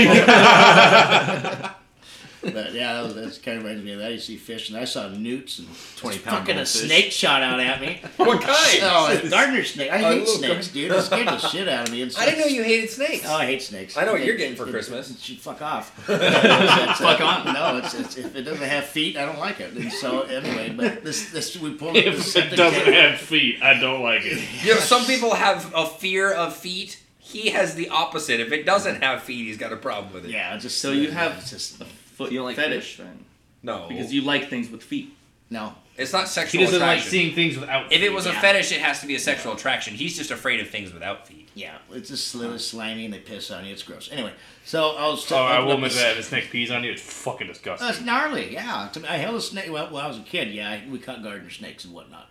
Speaker 3: But yeah, that was, that's kind of reminds me of that. You see fish, and I saw newts and
Speaker 4: Twenty pound
Speaker 3: fucking a
Speaker 4: goldfish.
Speaker 3: snake shot out at me.
Speaker 4: What kind?
Speaker 3: oh, a gardener snake. I
Speaker 4: Oh,
Speaker 3: hate
Speaker 4: little
Speaker 3: snakes, dude. It scared the shit out of me. Insects.
Speaker 4: I didn't know you hated snakes.
Speaker 3: Oh, I hate snakes.
Speaker 4: I know what
Speaker 3: They-
Speaker 4: you're getting for
Speaker 3: they-
Speaker 4: Christmas.
Speaker 3: they- fuck off. fuck off. No, it's, it's if it doesn't have feet, I don't like it. And so anyway, but this this we pulled up this
Speaker 5: If it
Speaker 3: septic
Speaker 5: doesn't
Speaker 3: tank.
Speaker 5: have feet, I don't like it.
Speaker 4: You know, some people have a fear of feet. He has the opposite. If it doesn't have feet, he's got a problem with it.
Speaker 3: Yeah, it's just
Speaker 1: So you have-
Speaker 3: it's just
Speaker 1: Foot
Speaker 7: You don't like
Speaker 1: fetish
Speaker 7: fish?
Speaker 1: then,
Speaker 4: No,
Speaker 1: because you like things with feet.
Speaker 3: no.
Speaker 4: it's not
Speaker 5: He
Speaker 4: sexual
Speaker 5: doesn't
Speaker 4: attraction.
Speaker 5: like seeing things without.
Speaker 4: if it was a
Speaker 3: Yeah.
Speaker 4: fetish, it has to be a sexual attraction. He's just afraid of things without feet.
Speaker 3: Yeah, it's just sli- slimy and they piss on you. It's gross. Anyway, so I was.
Speaker 5: oh, I will
Speaker 3: about
Speaker 5: admit
Speaker 3: this-
Speaker 5: that if a snake pees on you, it's fucking disgusting.
Speaker 3: That's gnarly, yeah. To me, I held a snake well, when I was a kid. Yeah, I, we caught gardener snakes and whatnot.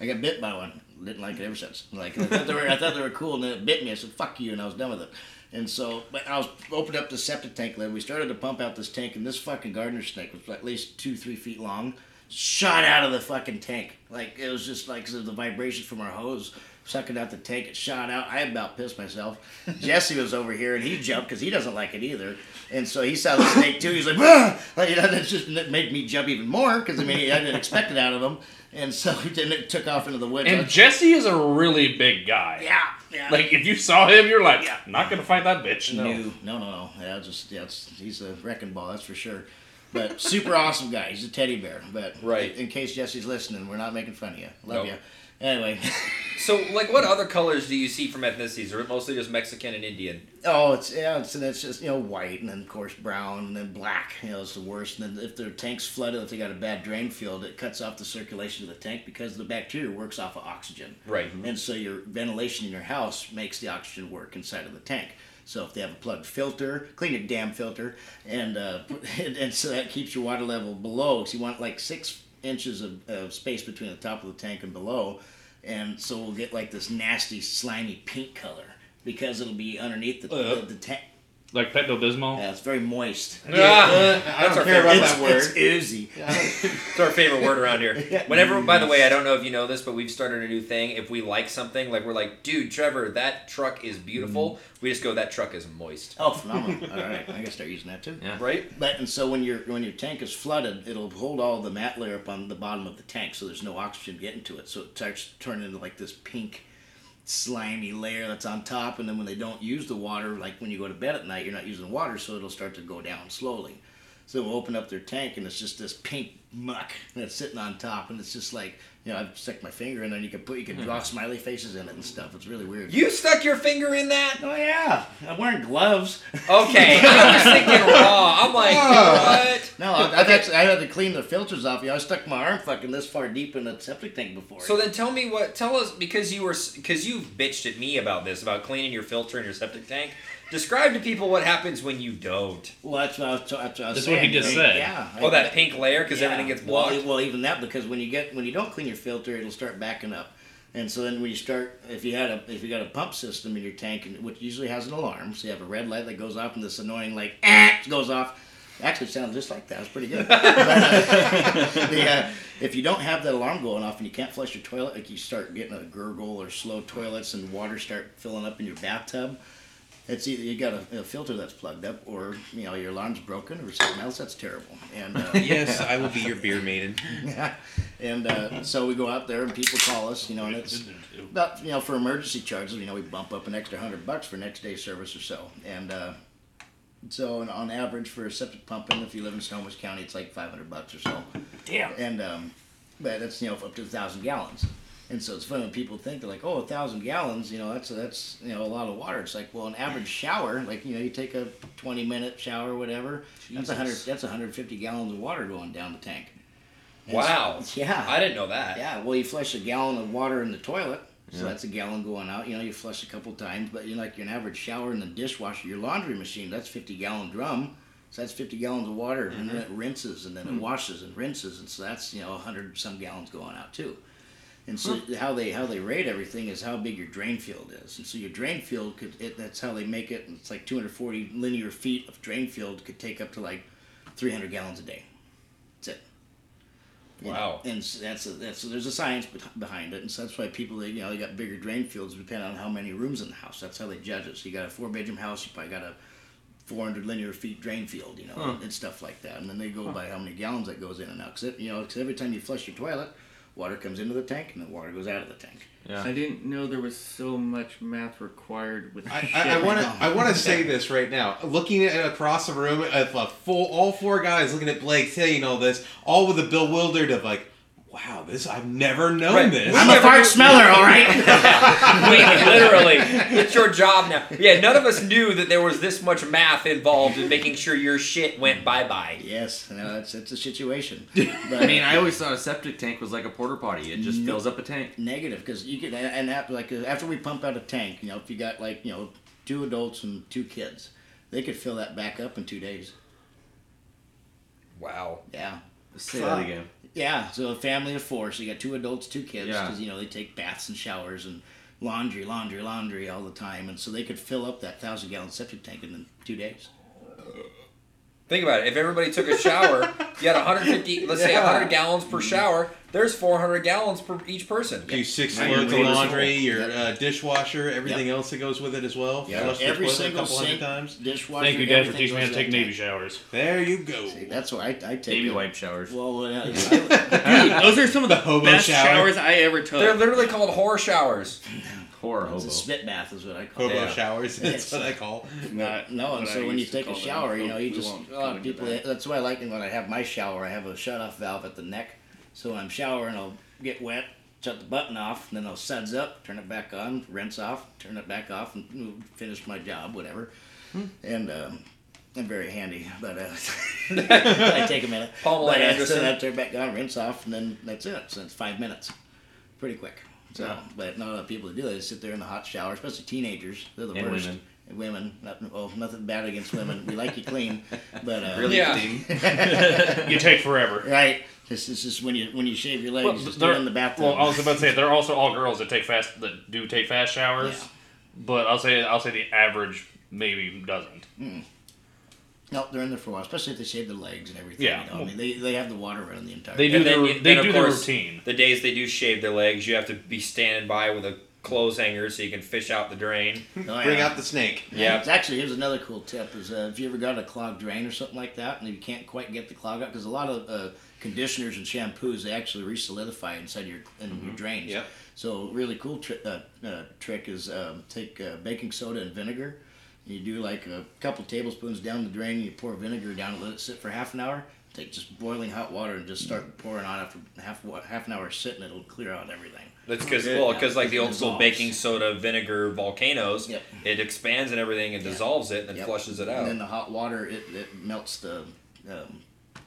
Speaker 3: I got bit by one. Didn't like it ever since. Like I thought they were, I thought they were cool, and then it bit me. I said, "Fuck you," and I was done with it. And so, but I was opened up the septic tank lid. We started to pump out this tank, and this fucking gardener snake was at least two, three feet long, shot out of the fucking tank. Like it was just like 'cause of the vibration from our hose sucking out the tank. It shot out. I about pissed myself. Jesse was over here, and he jumped because he doesn't like it either. And so he saw the snake too. He's like, "Bruh!" like you know, that just that made me jump even more because I mean I didn't expect it out of him. And so he then it took off into the woods.
Speaker 5: and Jesse is a really big guy.
Speaker 3: yeah, yeah.
Speaker 5: Like if you saw him, you're like,
Speaker 3: Yeah.
Speaker 5: not gonna fight that bitch.
Speaker 3: No, no, no, no. Yeah, just yeah, it's, he's a wrecking ball, that's for sure. But super awesome guy. He's a teddy bear. But
Speaker 4: Right.
Speaker 3: in case Jesse's listening, we're not making fun of you. Love
Speaker 4: Nope.
Speaker 3: you. Anyway,
Speaker 4: So, like, what other colors do you see from ethnicities? Or mostly just Mexican and Indian?
Speaker 3: oh, it's yeah, it's and it's just you know white and then of course brown and then black. You know, it's the worst. And then if their tank's flooded, if they got a bad drain field, it cuts off the circulation of the tank because the bacteria works off of oxygen.
Speaker 4: Right.
Speaker 3: And so your ventilation in your house makes the oxygen work inside of the tank. So if they have a plugged filter, clean your damn filter, and uh, and, and so that keeps your water level below. So you want like six inches of, of space between the top of the tank and below, and so we'll get like this nasty slimy pink color because it'll be underneath the, the, the tank.
Speaker 5: Like Pepto Bismol.
Speaker 3: Yeah, it's very moist.
Speaker 4: Ah,
Speaker 6: Oh, I don't care about
Speaker 3: It's,
Speaker 6: that word.
Speaker 3: it's oozy.
Speaker 4: it's our favorite word around here. Whenever, by the way, I don't know if you know this, but we've started a new thing. If we like something, like we're like, dude, Trevor, that truck is
Speaker 3: Mm-hmm.
Speaker 4: beautiful. We just go, that truck is moist.
Speaker 3: Oh, phenomenal! All right, I gotta start using that too.
Speaker 4: Right?
Speaker 3: But and so when your when your tank is flooded, it'll hold all the mat layer up on the bottom of the tank, so there's no oxygen getting to it. So it starts to turn into like this pink, slimy layer that's on top. And then when they don't use the water, like when you go to bed at night, you're not using water, so it'll start to go down slowly. So we'll open up their tank, and it's just this pink muck that's sitting on top, and it's just like you know I've stuck my finger in there, and you can put you can draw smiley faces in it and stuff. It's really weird.
Speaker 4: You stuck your finger in that?
Speaker 3: oh yeah, I'm wearing gloves.
Speaker 4: Okay, I was thinking raw. I'm like, what?
Speaker 3: No, I, I've actually, I had to clean the filters off. You know, I stuck my arm fucking this far deep in a septic tank before.
Speaker 4: So then tell me what, tell us, because you were, because you've bitched at me about this, about cleaning your filter and your septic tank. Describe to people what happens when you don't.
Speaker 3: well, that's what I was, t- that's what I was
Speaker 5: That's
Speaker 3: saying.
Speaker 5: what he just
Speaker 3: I mean,
Speaker 5: said.
Speaker 3: Yeah.
Speaker 4: Oh, that pink layer, because
Speaker 3: yeah.
Speaker 4: everything gets
Speaker 3: Well,
Speaker 4: blocked.
Speaker 3: e- Well, even that because when you get when you don't clean your filter, it'll start backing up, and so then when you start, if you had a if you got a pump system in your tank, and which usually has an alarm, so you have a red light that goes off and this annoying like eh, goes off. Actually, it sounds just like that. It's pretty good. the, uh, if you don't have that alarm going off and you can't flush your toilet, like you start getting a gurgle or slow toilets and water start filling up in your bathtub, it's either you got a, a filter that's plugged up or you know your alarm's broken or something else that's terrible. And uh,
Speaker 6: Yes, I will be your beer maiden.
Speaker 3: and uh, so we go out there and people call us, you know, and it's about, you know, for emergency charges, you know, we bump up an extra hundred bucks for next day service or so. And uh, so on- on average for a septic pumping, if you live in Snohomish County, it's like 500 bucks or so. Damn. And, um, but that's, you know, up to a thousand gallons. And so it's funny when people think they're like, oh, a thousand gallons, you know, that's, that's, you know, a lot of water. It's like, well, an average shower, like, you know, you take a 20 minute shower or whatever, that's a hundred, that's 150 gallons of water going down the tank.
Speaker 4: Wow.
Speaker 3: Yeah.
Speaker 4: I didn't know that.
Speaker 3: Yeah, well, you flush a gallon of water in the toilet, so that's a gallon going out. You know, you flush a couple times, but you know, like your average shower in the dishwasher, your laundry machine, that's 50 gallon drum, so that's 50 gallons of water, and then it rinses, and then it washes and rinses, and so that's you know 100 some gallons going out too. And so how they how they rate everything is how big your drain field is, and so your drain field could it, that's how they make it. And it's like 240 linear feet of drain field could take up to like 300 gallons a day. That's it.
Speaker 4: Wow.
Speaker 3: And so that's a, that's there's a science bet- behind it, and so that's why people they, you know they got bigger drain fields depending on how many rooms in the house. That's how they judge it. So you got a four bedroom house, you probably got a 400 linear feet drain field, you know, and stuff like that. And then they go by how many gallons that goes in and out. Because you know, 'cause every time you flush your toilet, water comes into the tank and the water goes out of the tank.
Speaker 1: I didn't know there was so much math required with
Speaker 6: I-
Speaker 1: shit.
Speaker 6: I I want to. I want to say this right now. Looking at across the room, at the full, all four guys looking at Blake saying all this, all with a bewildered of like, "Wow, this I've never known
Speaker 4: Right.
Speaker 6: this."
Speaker 4: I'm
Speaker 3: I'm a fart smeller, all right?
Speaker 4: Wait, literally, it's your job now. Yeah, none of us knew that there was this much math involved in making sure your shit went bye bye.
Speaker 3: yes, no, that's, that's a situation.
Speaker 7: I mean, I always thought a septic tank was like a porta potty. It just fills up a tank.
Speaker 3: negative because you can and after like uh, after we pump out a tank you know if you got like you know two adults and two kids they could fill that back up in two days
Speaker 4: Wow.
Speaker 3: yeah
Speaker 7: Say that
Speaker 3: Fuck.
Speaker 7: again.
Speaker 3: yeah so a family of four so you got two adults two kids
Speaker 7: Yeah.
Speaker 3: because you know they take baths and showers and laundry laundry laundry all the time and so they could fill up that thousand gallon septic tank in two days
Speaker 4: Think about it. If everybody took a shower, you had 150, let's say 100 gallons per shower. Thethere's 400 gallons per each person.
Speaker 6: Do six
Speaker 1: Now you're
Speaker 6: loads of
Speaker 1: way to
Speaker 6: laundry, your
Speaker 3: Yep.
Speaker 6: uh, dishwasher, everything else that goes with it as well. Flush the
Speaker 3: every
Speaker 6: toilet a
Speaker 3: single
Speaker 6: couple hundred
Speaker 3: sink
Speaker 6: times.
Speaker 3: dishwasher
Speaker 5: Thank you, Dad, for
Speaker 3: everything
Speaker 5: teaching me
Speaker 3: goes
Speaker 5: how to
Speaker 3: in
Speaker 5: take
Speaker 3: that
Speaker 5: Navy
Speaker 3: tank.
Speaker 5: showers.
Speaker 6: There you go.
Speaker 3: See, that's why I, I take
Speaker 7: Baby
Speaker 3: it.
Speaker 7: wipe showers.
Speaker 3: well uh, I-
Speaker 1: Those are some of the,
Speaker 6: hobo
Speaker 1: best
Speaker 6: shower.
Speaker 1: showers I ever
Speaker 4: They're
Speaker 1: took.
Speaker 4: literally called whore showers.
Speaker 7: Horror
Speaker 3: it's
Speaker 7: hobo.
Speaker 3: a spit bath is what I call
Speaker 6: Hobo
Speaker 3: it.
Speaker 6: showers. That's
Speaker 3: Yes.
Speaker 6: what I call.
Speaker 1: Not-
Speaker 3: No, and
Speaker 1: what I
Speaker 3: so when you
Speaker 1: used to
Speaker 3: take a
Speaker 1: call it.
Speaker 3: shower, you know, you
Speaker 1: We
Speaker 3: just
Speaker 1: won't
Speaker 3: a lot
Speaker 1: go
Speaker 3: of
Speaker 1: into
Speaker 3: people.
Speaker 1: that.
Speaker 3: That's why I like it when I have my shower. I have a shut-off valve at the neck, so when I'm showering, I'll get wet, shut the button off, and then I'll suds up, turn it back on, rinse off, turn it back off, and you know, finish my job, whatever.
Speaker 4: Hmm.
Speaker 3: And um, I'm very handy, but uh, I take a minute.
Speaker 4: Paul
Speaker 3: but, uh,
Speaker 4: Anderson.
Speaker 3: so I turn it back on, rinse off, and then that's it. So it's five minutes, pretty quick. So, but not a lot of people that do that. They sit there in the hot shower, especially teenagers. They're the
Speaker 7: And
Speaker 3: worst.
Speaker 7: women.
Speaker 3: Women, not, oh, nothing bad against women. We like you clean, but uh,
Speaker 7: Really?
Speaker 4: Yeah.
Speaker 7: Ding.
Speaker 5: You take forever.
Speaker 3: right? This is just when you when you shave your legs,
Speaker 5: Well,
Speaker 3: just do
Speaker 5: they're-
Speaker 3: it in the bathroom.
Speaker 5: well, I was about to say they're also all girls that take fast that do take fast showers,
Speaker 3: Yeah.
Speaker 5: but I'll say I'll say the average maybe doesn't.
Speaker 3: no, they're in there for a while, especially if they shave their legs and everything.
Speaker 5: Yeah.
Speaker 3: you know? I mean they, they have the water running the entire.
Speaker 5: They do
Speaker 4: And
Speaker 5: their
Speaker 4: then you-
Speaker 5: they
Speaker 4: then,
Speaker 5: do
Speaker 4: of
Speaker 5: their
Speaker 4: course,
Speaker 5: routine.
Speaker 4: The days they do shave their legs, you have to be standing by with a clothes hanger so you can fish out the drain.
Speaker 3: Oh,
Speaker 6: Bring
Speaker 3: yeah.
Speaker 6: out the snake.
Speaker 4: Yeah.
Speaker 3: It's actually here's another cool tip: is uh, if you ever got a clogged drain or something like that, and you can't quite get the clog out, because a lot of uh, conditioners and shampoos they actually re-solidify inside your in your drains.
Speaker 6: Yep.
Speaker 3: So really cool tri- uh, uh, trick is um, take uh, baking soda and vinegar. and You do like a couple tablespoons down the drain. You pour vinegar down and let it sit for half an hour. Take just boiling hot water and just start pouring on after half wa- half an hour sitting. It'll clear out everything.
Speaker 4: That's because
Speaker 6: Good.
Speaker 4: well, because like the old
Speaker 3: It
Speaker 4: school
Speaker 3: dissolves.
Speaker 4: baking soda vinegar volcanoes,
Speaker 3: Yep.
Speaker 4: it expands and everything and dissolves it and then
Speaker 3: Yep.
Speaker 4: flushes it
Speaker 3: And
Speaker 4: out.
Speaker 3: then the hot water it, it melts the um,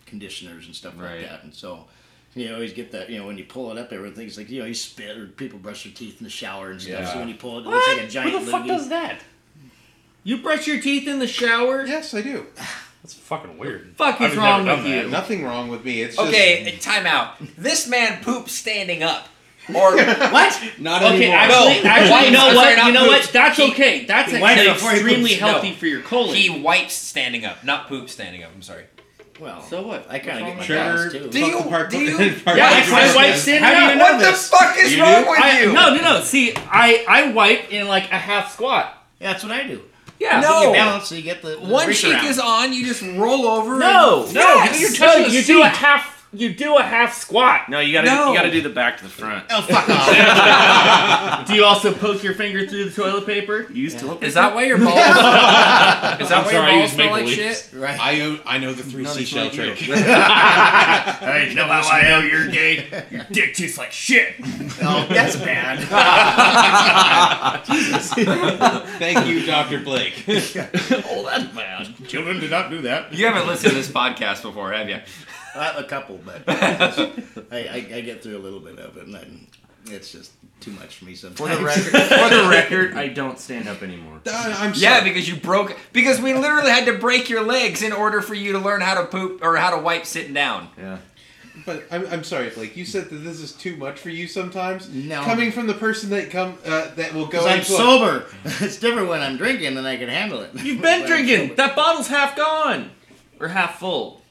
Speaker 3: conditioners and stuff
Speaker 7: Right.
Speaker 3: like that. And so you always get that, you know, when you pull it up, everything's like, you know, you spit or people brush their teeth in the shower and stuff.
Speaker 4: Yeah.
Speaker 3: So when you pull it, it looks like a giant
Speaker 5: Who the fuck
Speaker 3: loogie.
Speaker 5: does that?
Speaker 1: You brush your teeth in the shower?
Speaker 6: Yes, I do.
Speaker 5: That's fucking weird.
Speaker 1: Fuck
Speaker 5: I've
Speaker 1: is
Speaker 5: never
Speaker 1: wrong
Speaker 5: done
Speaker 1: with you?
Speaker 6: Nothing wrong with me. It's just
Speaker 4: Okay, eh, time out. This man poops standing up. Or what?
Speaker 6: Not
Speaker 1: Okay,
Speaker 6: anymore.
Speaker 4: No.
Speaker 1: actually, actually, you
Speaker 4: Wipes-
Speaker 1: know
Speaker 4: I'm sorry,
Speaker 1: what?
Speaker 4: not
Speaker 1: You know what?
Speaker 4: poops.
Speaker 1: That's
Speaker 4: He-
Speaker 1: okay. That's
Speaker 4: wipes
Speaker 1: actually
Speaker 4: before he
Speaker 1: extremely
Speaker 4: poops.
Speaker 1: healthy
Speaker 4: No.
Speaker 1: for your colon.
Speaker 4: He wipes standing up, not poop standing up. I'm sorry.
Speaker 3: Well,
Speaker 1: So what?
Speaker 3: I kind of get my
Speaker 6: Trevor,
Speaker 3: gas too.
Speaker 4: Do you-
Speaker 6: fuck the park-
Speaker 4: do you-
Speaker 6: park-
Speaker 1: Yeah,
Speaker 6: park-
Speaker 1: my wife's sitting
Speaker 6: How do
Speaker 1: up.
Speaker 6: you know
Speaker 4: What the
Speaker 6: this?
Speaker 4: fuck is
Speaker 6: You
Speaker 4: wrong
Speaker 6: do?
Speaker 4: with
Speaker 1: I,
Speaker 4: you?
Speaker 1: no, no, no. See, I I wipe in like a half squat.
Speaker 3: Yeah, that's what I do.
Speaker 1: Yeah.
Speaker 4: No.
Speaker 3: You balance, so you get the, the
Speaker 4: One
Speaker 3: reach
Speaker 4: cheek
Speaker 3: around.
Speaker 4: is on, you just roll over.
Speaker 1: No,
Speaker 4: and-
Speaker 1: no,
Speaker 4: Yes!
Speaker 1: you're touching you do a half. You do a half squat.
Speaker 7: No, you gotta
Speaker 4: No.
Speaker 7: you gotta do the back to the front.
Speaker 3: Oh fuck off!
Speaker 1: Do you also poke your finger through the toilet paper?
Speaker 7: You used to look
Speaker 4: Is that why your balls? is that why your
Speaker 5: sorry, I
Speaker 4: balls
Speaker 5: use
Speaker 4: smell like
Speaker 5: make-believe.
Speaker 4: shit?
Speaker 3: right.
Speaker 6: I, owe, I know the three
Speaker 7: No, that's
Speaker 6: seashell
Speaker 7: not you.
Speaker 6: trick.
Speaker 1: I know how I know you're gay. Your dick tastes like shit.
Speaker 3: Oh, that's bad.
Speaker 6: Thank you, Dr. Blake.
Speaker 3: Children do not do that.
Speaker 4: You haven't listened to this podcast before, have you?
Speaker 3: Uh, a couple, but I, I, I get through a little bit of it, and then it's just too much for me
Speaker 7: for the
Speaker 3: sometimes.
Speaker 7: record. For the record, I don't stand up anymore.
Speaker 6: Uh, I'm sorry.
Speaker 4: Yeah, because you broke. Because we literally had to break your legs in order for you to learn how to poop or how to wipe sitting down.
Speaker 7: Yeah.
Speaker 6: But I'm, I'm sorry, Blake. You said that this is too much for you sometimes.
Speaker 3: No.
Speaker 6: Coming from the person that come uh, that will go.
Speaker 3: Because I'm
Speaker 6: into a-
Speaker 3: sober. it's different when I'm drinking and I can handle it.
Speaker 1: You've been drinking. That bottle's half gone, or half full,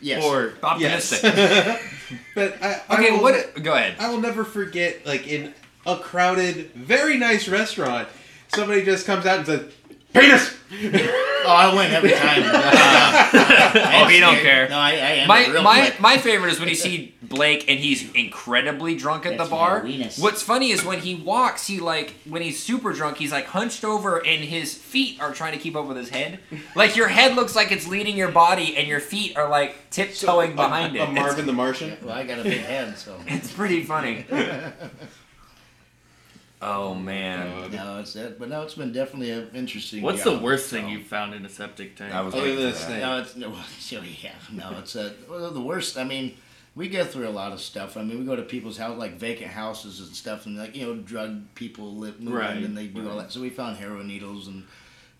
Speaker 3: Yes.
Speaker 1: or
Speaker 4: Optimistic.
Speaker 6: but I, I
Speaker 4: Okay,
Speaker 6: will-
Speaker 4: what? Go ahead.
Speaker 6: I will never forget, like in a crowded, very nice restaurant, somebody just comes out and says, Penis!
Speaker 3: Oh, I win every time.
Speaker 4: Oh, he don't care.
Speaker 3: No, I, I am
Speaker 4: My
Speaker 3: real
Speaker 4: my,
Speaker 3: quick.
Speaker 4: my favorite is when you see Blake and he's incredibly drunk at
Speaker 3: That's
Speaker 4: the bar.
Speaker 3: my weenus.
Speaker 4: What's funny is when he walks, he like when he's super drunk, he's like hunched over and his feet are trying to keep up with his head. Like your head looks like it's leading your body and your feet are like tiptoeing behind
Speaker 6: A
Speaker 4: it. It's,
Speaker 6: Marvin the Martian.
Speaker 3: Well, I got a big head, so
Speaker 4: it's pretty funny. oh man.
Speaker 3: no, it's that. But no, it's been definitely an interesting.
Speaker 1: What's
Speaker 3: job,
Speaker 1: the worst thing
Speaker 3: so.
Speaker 1: you've found in a septic tank?
Speaker 4: I was
Speaker 6: Other
Speaker 4: waiting
Speaker 6: than
Speaker 4: for
Speaker 6: a
Speaker 4: that.
Speaker 6: snake.
Speaker 3: No, it's no. So yeah, no, it's a, well, the worst. I mean, we go through a lot of stuff. I mean, we go to people's house, like vacant houses and stuff, and like you know, drug people live move in
Speaker 1: Right,
Speaker 3: and they do all that. So we found heroin needles and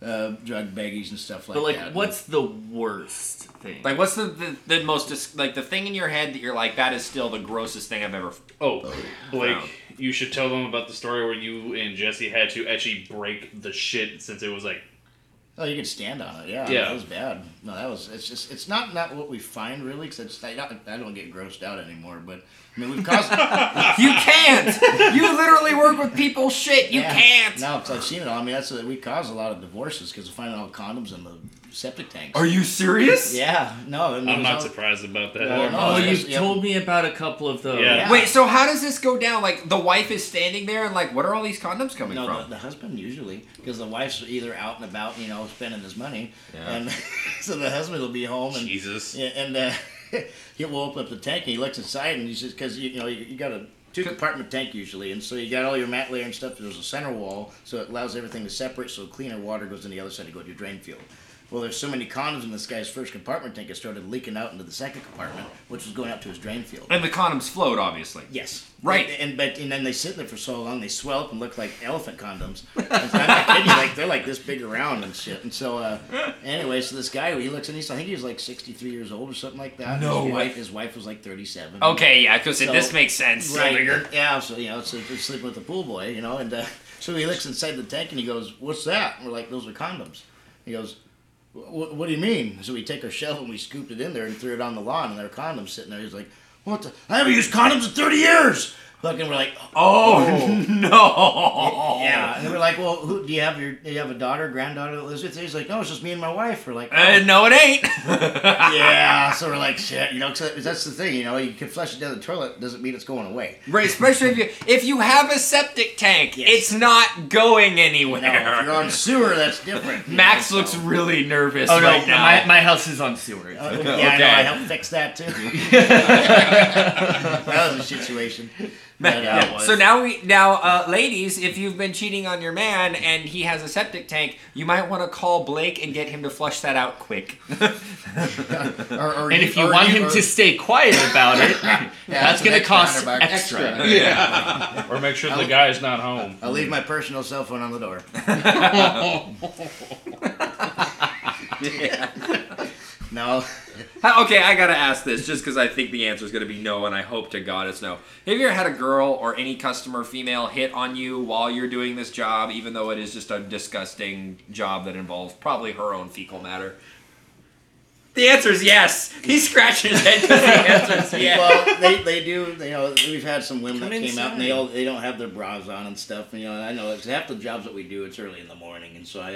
Speaker 3: uh, drug baggies and stuff like,
Speaker 1: but like,
Speaker 3: that.
Speaker 1: what's the worst thing?
Speaker 4: Like what's the, the, the most dis- like the thing in your head that you're like that is still the grossest thing I've ever
Speaker 5: Oh, Blake,
Speaker 4: Found.
Speaker 5: you should tell them about the story where you and Jesse had to actually break the shit since it was like
Speaker 3: Oh, you could stand on it. Yeah,
Speaker 5: Yeah.
Speaker 3: that was bad. No, that was. It's just. It's not not what we find really, because it's. I don't, I don't get grossed out anymore. But I mean, we've caused.
Speaker 4: You can't. You literally work with people shit. You
Speaker 3: Yeah.
Speaker 4: can't.
Speaker 3: No, 'cause I've seen it. all. I mean, that's we cause a lot of divorces because of finding all condoms in the septic tanks.
Speaker 4: Are you serious?
Speaker 3: Yeah. No. and it
Speaker 5: I'm
Speaker 3: was
Speaker 5: not
Speaker 3: all-
Speaker 5: surprised about that.
Speaker 3: Well, no,
Speaker 1: oh,
Speaker 3: it's
Speaker 1: you've
Speaker 3: just- yeah.
Speaker 1: told me about a couple of those.
Speaker 5: Yeah.
Speaker 4: Wait, so how does this go down? Like the wife is standing there and like, what are all these condoms coming
Speaker 3: No,
Speaker 4: from?
Speaker 3: the, the husband usually, because the wife's either out and about, you know, spending his money, and so the husband will be home, and
Speaker 5: Jesus.
Speaker 3: yeah, and uh, he will open up the tank, and he looks inside, and he says, because you, you know, you, you got a two compartment tank usually, and so you got all your mat layer and stuff. and There's a center wall, so it allows everything to separate, so cleaner water goes in the other side to go to your drain field. Well, there's so many condoms in this guy's first compartment tank, it started leaking out into the second compartment, which was going out to his drain field.
Speaker 4: And the condoms float, obviously.
Speaker 3: Yes.
Speaker 4: Right.
Speaker 3: And, but and then they sit there for so long, they swell up and look like elephant condoms. And I'm not kidding you, like they're like this big around and shit. And so uh, anyway, so this guy, he looks and he's I think he was like 63 years old or something like that. his
Speaker 4: No way.
Speaker 3: wife, his wife was like 37.
Speaker 4: Okay, yeah, because
Speaker 3: So-
Speaker 4: this makes sense.
Speaker 3: Right. Yeah. So you know, so he's sleeping with the pool boy, you know, and uh, so he looks inside the tank and he goes, "What's that?" And we're like, "Those are condoms." He goes. "Wh- What do you mean? So we take our shovel and we scooped it in there and threw it on the lawn, and there were condoms sitting there. He's like, "What? The? I haven't used condoms in thirty years." Fucking, we're like,
Speaker 4: Oh no.
Speaker 3: yeah, and we're like, well, who do you have your do you have a daughter, granddaughter that lives with you? He's like, no, it's just me and my wife. We're like,
Speaker 4: Uh, no, it ain't.
Speaker 3: "Oh, yeah. So we're like, shit, you know, 'cause that's the thing, you know, you can flush it down the toilet, doesn't mean it's going away.
Speaker 4: right, especially if you if you have a septic tank,
Speaker 3: Yes.
Speaker 4: it's not going anywhere.
Speaker 3: Now, if you're on sewer, that's different. you
Speaker 4: Max
Speaker 3: know,
Speaker 4: looks
Speaker 3: so-
Speaker 4: really nervous
Speaker 1: Oh no,
Speaker 4: right now.
Speaker 1: my, my house is on sewer.
Speaker 3: Uh, yeah, I
Speaker 4: Okay.
Speaker 3: know. I helped fix that too. that was a situation. But, uh,
Speaker 4: So now we now uh, ladies, if you've been cheating on your man and he has a septic tank, you might want to call Blake and get him to flush that out quick.
Speaker 3: or, or
Speaker 1: And if you
Speaker 3: or
Speaker 1: want him
Speaker 3: or-
Speaker 1: to stay quiet about it,
Speaker 3: it's an
Speaker 1: that's going to
Speaker 3: extra
Speaker 1: cost
Speaker 3: hundred bucks.
Speaker 1: extra.
Speaker 5: Or make sure the guy's not home.
Speaker 3: I'll leave my personal cell phone on the door. no.
Speaker 4: How- okay, I gotta ask this just because I think the answer is gonna be no, and I hope to God it's no. Have you ever had a girl or any customer female hit on you while you're doing this job, even though it is just a disgusting job that involves probably her own fecal matter? The answer is yes. He's scratching his head. 'cause The answer is yes.
Speaker 3: well, they, they do. You know, we've had some women
Speaker 1: Come
Speaker 3: that came out and they
Speaker 1: inside.
Speaker 3: all they don't have their bras on and stuff. And, you know, and I know it's half the jobs that we do. It's early in the morning, and so I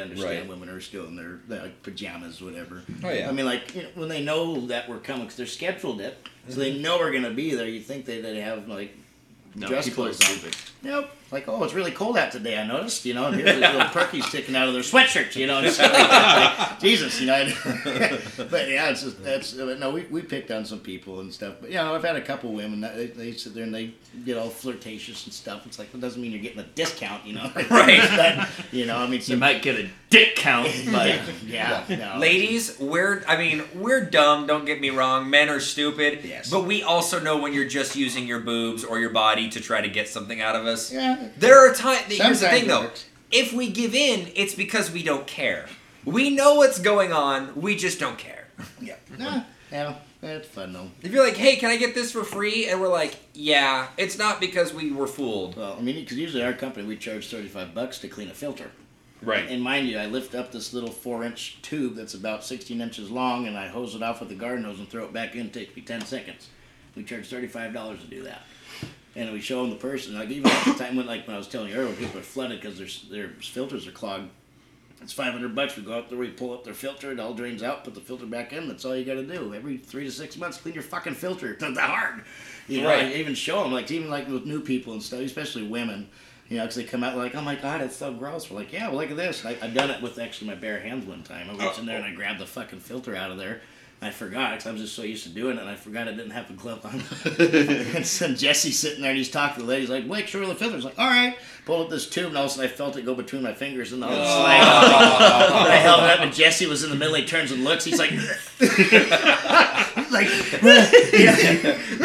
Speaker 6: Right.
Speaker 3: understand women are still in their like, pajamas, whatever.
Speaker 6: Oh, yeah.
Speaker 3: I mean, like you know, when they know that we're coming, because they're scheduled it, so they
Speaker 6: Mm-hmm.
Speaker 3: know we're gonna be there. You think they they have like
Speaker 1: No,
Speaker 3: dress
Speaker 1: people are
Speaker 3: clothes on?
Speaker 1: stupid.
Speaker 3: Nope. Like, oh, it's really cold out today. I noticed, you know, and here's these little turkeys sticking out of their sweatshirts, you know. And stuff like that. Like, Jesus, you know. I- but yeah, it's just that's uh, no. We, we picked on some people and stuff. But yeah, I've had a couple women. That, they, they sit there and they get all flirtatious and stuff. It's like that doesn't mean you're getting a discount, you know.
Speaker 4: Right.
Speaker 3: But, you know, I mean, so,
Speaker 1: You might get a dick count, but
Speaker 3: yeah, no.
Speaker 4: Ladies, we're I mean, we're dumb, don't get me wrong. Men are stupid.
Speaker 3: Yes.
Speaker 4: But we also know when you're just using your boobs or your body to try to get something out of us.
Speaker 3: Yeah.
Speaker 4: There are times here's the
Speaker 3: Sometimes
Speaker 4: thing
Speaker 3: it
Speaker 4: though.
Speaker 3: works.
Speaker 4: If we give in, it's because we don't care. We know what's going on, we just don't care.
Speaker 3: Yeah. Nah, yeah. That's fun though.
Speaker 4: If you're like, hey, can I get this for free? And we're like, yeah, it's not because we were fooled.
Speaker 3: Well, I mean, because usually our company we charge thirty five bucks to clean a filter.
Speaker 5: Right.
Speaker 3: And mind you, I lift up this little four inch tube that's about 16 inches long and I hose it off with a garden hose and throw it back in. It takes me 10 seconds. We charge $35 to do that. And we show them the person. Like even at the time when, like when I was telling you earlier, people are flooded because their their filters are clogged. It's 500 bucks. We go up there, we pull up their filter, it all drains out, put the filter back in. That's all you got to do. Every three to six months, clean your fucking filter. It's not that hard. You know,
Speaker 4: Right.
Speaker 3: I even show them, like, even like with new people and stuff, especially women, you know, because they come out like, oh my God, it's so gross. We're like, yeah, well, look at this. And I, I've done it with actually my bare hands one time. I reached in there and I grabbed the fucking filter out of there. I forgot because I was just so used to doing it, and I forgot I didn't have a glove on. and some Jesse's sitting there, and he's talking to the lady. He's like, "Blake, show her the filter." He's like, "All right." Pulled up this tube, and all of a sudden, I felt it go between my fingers, and all the slide. And I held it up, and Jesse was in the middle. He turns and looks. He's like, like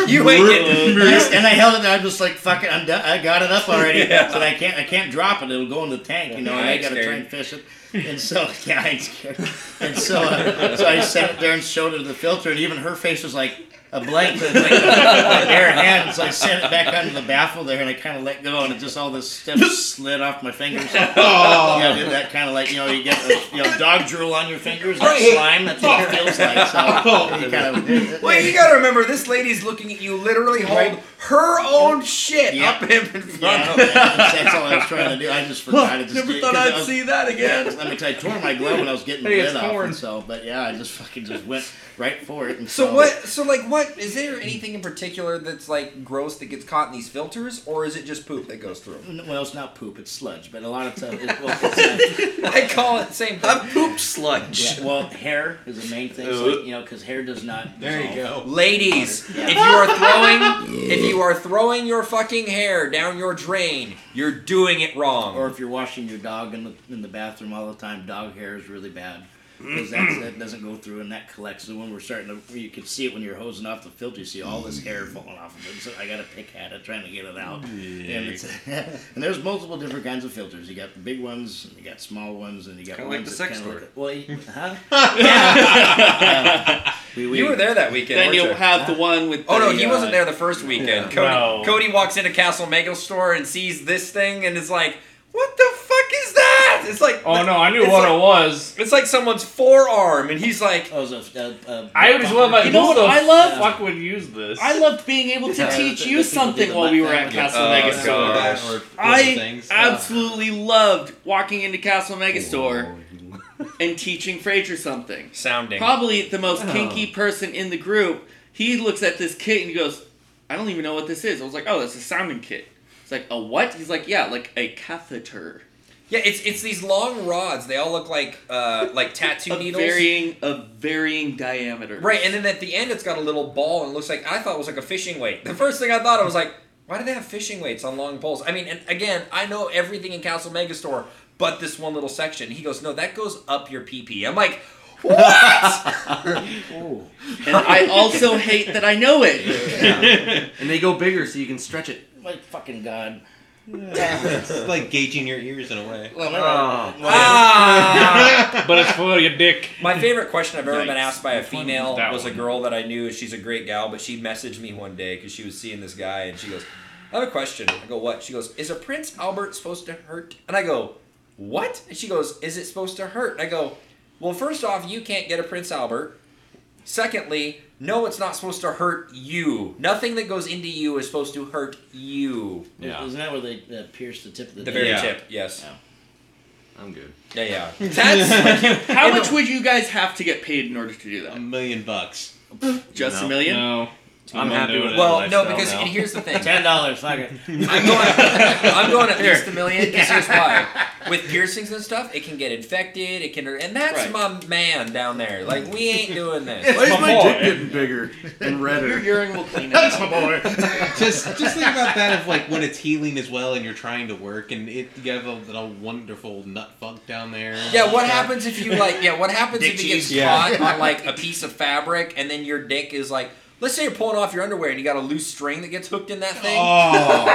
Speaker 4: You ain't getting.
Speaker 3: and I held it. there. I'm just like, "Fuck it, I'm done. I got it up already." But I can't, I can't drop it. It'll go in the tank, you know. and
Speaker 4: I
Speaker 3: I
Speaker 4: ain't
Speaker 3: got to try
Speaker 4: scared.
Speaker 3: and fish it. And so, yeah, I ain't scared. And so, uh, so I sat up there and showed her the filter, and even her face was like a blank, like, like my bare hand. So I sent it back under the baffle there, and I kind of let go, and it just all this stuff slid off my fingers. Yeah, I did that kind of like you know you get the, you know dog drool on your fingers, like slime. That's what it feels like. So you kind of
Speaker 4: Well, you gotta remember, this lady's looking at you. Literally hold
Speaker 3: Right.
Speaker 4: her own shit
Speaker 3: Yeah.
Speaker 4: up him in front
Speaker 3: Yeah,
Speaker 4: of.
Speaker 3: that's, that's all I was trying to do. I just forgot. I just
Speaker 4: Never
Speaker 3: did-
Speaker 4: thought
Speaker 3: 'cause I
Speaker 4: I'd
Speaker 3: was-
Speaker 4: see that
Speaker 3: Yeah,
Speaker 4: again.
Speaker 3: let me tell you, I tore my glove when I was getting the
Speaker 5: Hey, it's
Speaker 3: lid off,
Speaker 5: torn.
Speaker 3: and so. But yeah, I just fucking just went right for it. And
Speaker 4: So what? So like, what is there anything in particular that's like gross that gets caught in these filters, or is it just poop that goes through?
Speaker 3: Well, it's not poop; it's sludge. But a lot of times, it, well, it's, uh,
Speaker 4: I call it same. I've pooped sludge.
Speaker 3: yeah, well, hair is the main thing. So, you know, because hair does not.
Speaker 6: There you
Speaker 3: dissolve.
Speaker 6: go.
Speaker 4: Ladies, if you are throwing, if you are throwing your fucking hair down your drain, you're doing it wrong.
Speaker 3: Or if you're washing your dog in the in the bathroom all the time, dog hair is really bad because that doesn't go through and that collects. And when we're starting to, you can see it when you're hosing off the filter, you see all this hair
Speaker 4: Mm.
Speaker 3: falling off of it. So I got to pick at it, trying to get it out. And, it's, and there's multiple different kinds of filters. You got the big ones, and you got small ones, and you got
Speaker 4: Kinda like
Speaker 3: ones
Speaker 4: the
Speaker 3: that
Speaker 4: sex
Speaker 3: kinda
Speaker 4: store.
Speaker 3: look- well, you- huh? Yeah. Uh, we- we-
Speaker 4: you were there that weekend.
Speaker 8: Then
Speaker 4: weren't
Speaker 8: you'll
Speaker 4: you?
Speaker 8: have the one with.
Speaker 4: Oh no,
Speaker 8: the,
Speaker 4: he
Speaker 8: uh,
Speaker 4: wasn't there the first weekend. Cody,
Speaker 5: No.
Speaker 4: Cody walks into Castle Mega store and sees this thing and is like, "What the fuck is that?" It's like,
Speaker 5: Oh no, I knew
Speaker 4: It's
Speaker 5: what
Speaker 4: like-
Speaker 5: it was.
Speaker 4: It's like someone's forearm, and he's like,
Speaker 3: Oh, so, uh, uh,
Speaker 5: I would just love. Like,
Speaker 8: You know
Speaker 5: who
Speaker 8: what
Speaker 5: the
Speaker 8: I love?
Speaker 5: Fuck would use this.
Speaker 8: I loved being able to
Speaker 3: Yeah,
Speaker 8: teach
Speaker 3: the-
Speaker 8: you
Speaker 3: the people do
Speaker 8: something
Speaker 3: the
Speaker 8: while we were at
Speaker 3: math thing.
Speaker 8: Castle
Speaker 3: uh,
Speaker 4: Oh,
Speaker 8: Mega
Speaker 4: God.
Speaker 8: Store.
Speaker 6: That or other
Speaker 8: I
Speaker 6: things.
Speaker 8: absolutely loved walking into Castle
Speaker 4: Oh,
Speaker 8: Mega Store and teaching Frazier something.
Speaker 4: "Sounding."
Speaker 8: Probably the
Speaker 4: Oh.
Speaker 8: most kinky person in the group. He looks at this kit and he goes, "I don't even know what this is." I was like, "Oh, that's a sounding kit." It's like a what? He's like, "Yeah, like a catheter."
Speaker 4: Yeah, it's it's these long rods. They all look like uh like tattoo
Speaker 8: Of
Speaker 4: needles.
Speaker 8: varying of varying diameter.
Speaker 4: Right, and then at the end, it's got a little ball and it looks like I thought it was like a fishing weight. The first thing I thought I was like, why do they have fishing weights on long poles? I mean, and again, I know everything in Castle Mega Store, but this one little section. He goes, no, that goes up your PP. I'm like, what?
Speaker 8: And I also hate that I know it.
Speaker 7: And they go bigger so you can stretch it.
Speaker 3: my fucking god.
Speaker 6: It's like gauging your ears in a way.
Speaker 3: Well, Oh.
Speaker 4: ah!
Speaker 5: But it's for your dick.
Speaker 4: My favorite question I've ever been
Speaker 8: Yikes.
Speaker 4: asked by a female
Speaker 5: that
Speaker 4: was a
Speaker 5: one?
Speaker 4: girl that I knew. She's a great gal, but she messaged me one day because she was seeing this guy, and she goes, "I have a question." I go, "What?" She goes, "Is a Prince Albert supposed to hurt?" And I go, "What?" And she goes, "Is it supposed to hurt?" And I go, "Well, first off, you can't get a Prince Albert. Secondly, no, it's not supposed to hurt you. Nothing that goes into you is supposed to hurt you.
Speaker 7: Yeah,
Speaker 3: Isn't that where they uh, pierce the tip of the,
Speaker 4: The very
Speaker 6: Yeah.
Speaker 4: tip, yes.
Speaker 7: I'm good.
Speaker 4: Yeah, yeah. That's
Speaker 8: How much would you guys have to get paid in order to do
Speaker 6: A
Speaker 8: that?
Speaker 6: million bucks.
Speaker 8: Just a
Speaker 1: No.
Speaker 8: million?
Speaker 5: No,
Speaker 7: I'm
Speaker 5: not
Speaker 7: happy
Speaker 5: doing
Speaker 7: with
Speaker 5: it.
Speaker 4: well, no,
Speaker 5: Lifestyle
Speaker 4: because
Speaker 5: now.
Speaker 4: and here's the thing.
Speaker 3: Ten dollars, fuck it.
Speaker 4: I'm going. I'm going at least a million. 'cause here's why. With piercings and stuff, it can get infected. It can, and that's
Speaker 8: Right.
Speaker 4: my man down there. Like we ain't doing this.
Speaker 7: Why is
Speaker 5: my boy.
Speaker 7: getting bigger and
Speaker 8: Your
Speaker 7: redder?
Speaker 8: urine will clean it up.
Speaker 6: just just think about that of like when it's healing as well and you're trying to work and it you have a, a wonderful nut fuck down there
Speaker 4: Yeah, what happens if you like? Yeah, what happens
Speaker 3: Dick
Speaker 4: if it
Speaker 3: cheese.
Speaker 4: gets caught on like a piece of fabric, and then your dick is like, let's say you're pulling off your underwear, and you got a loose string that gets hooked in that thing.
Speaker 6: oh,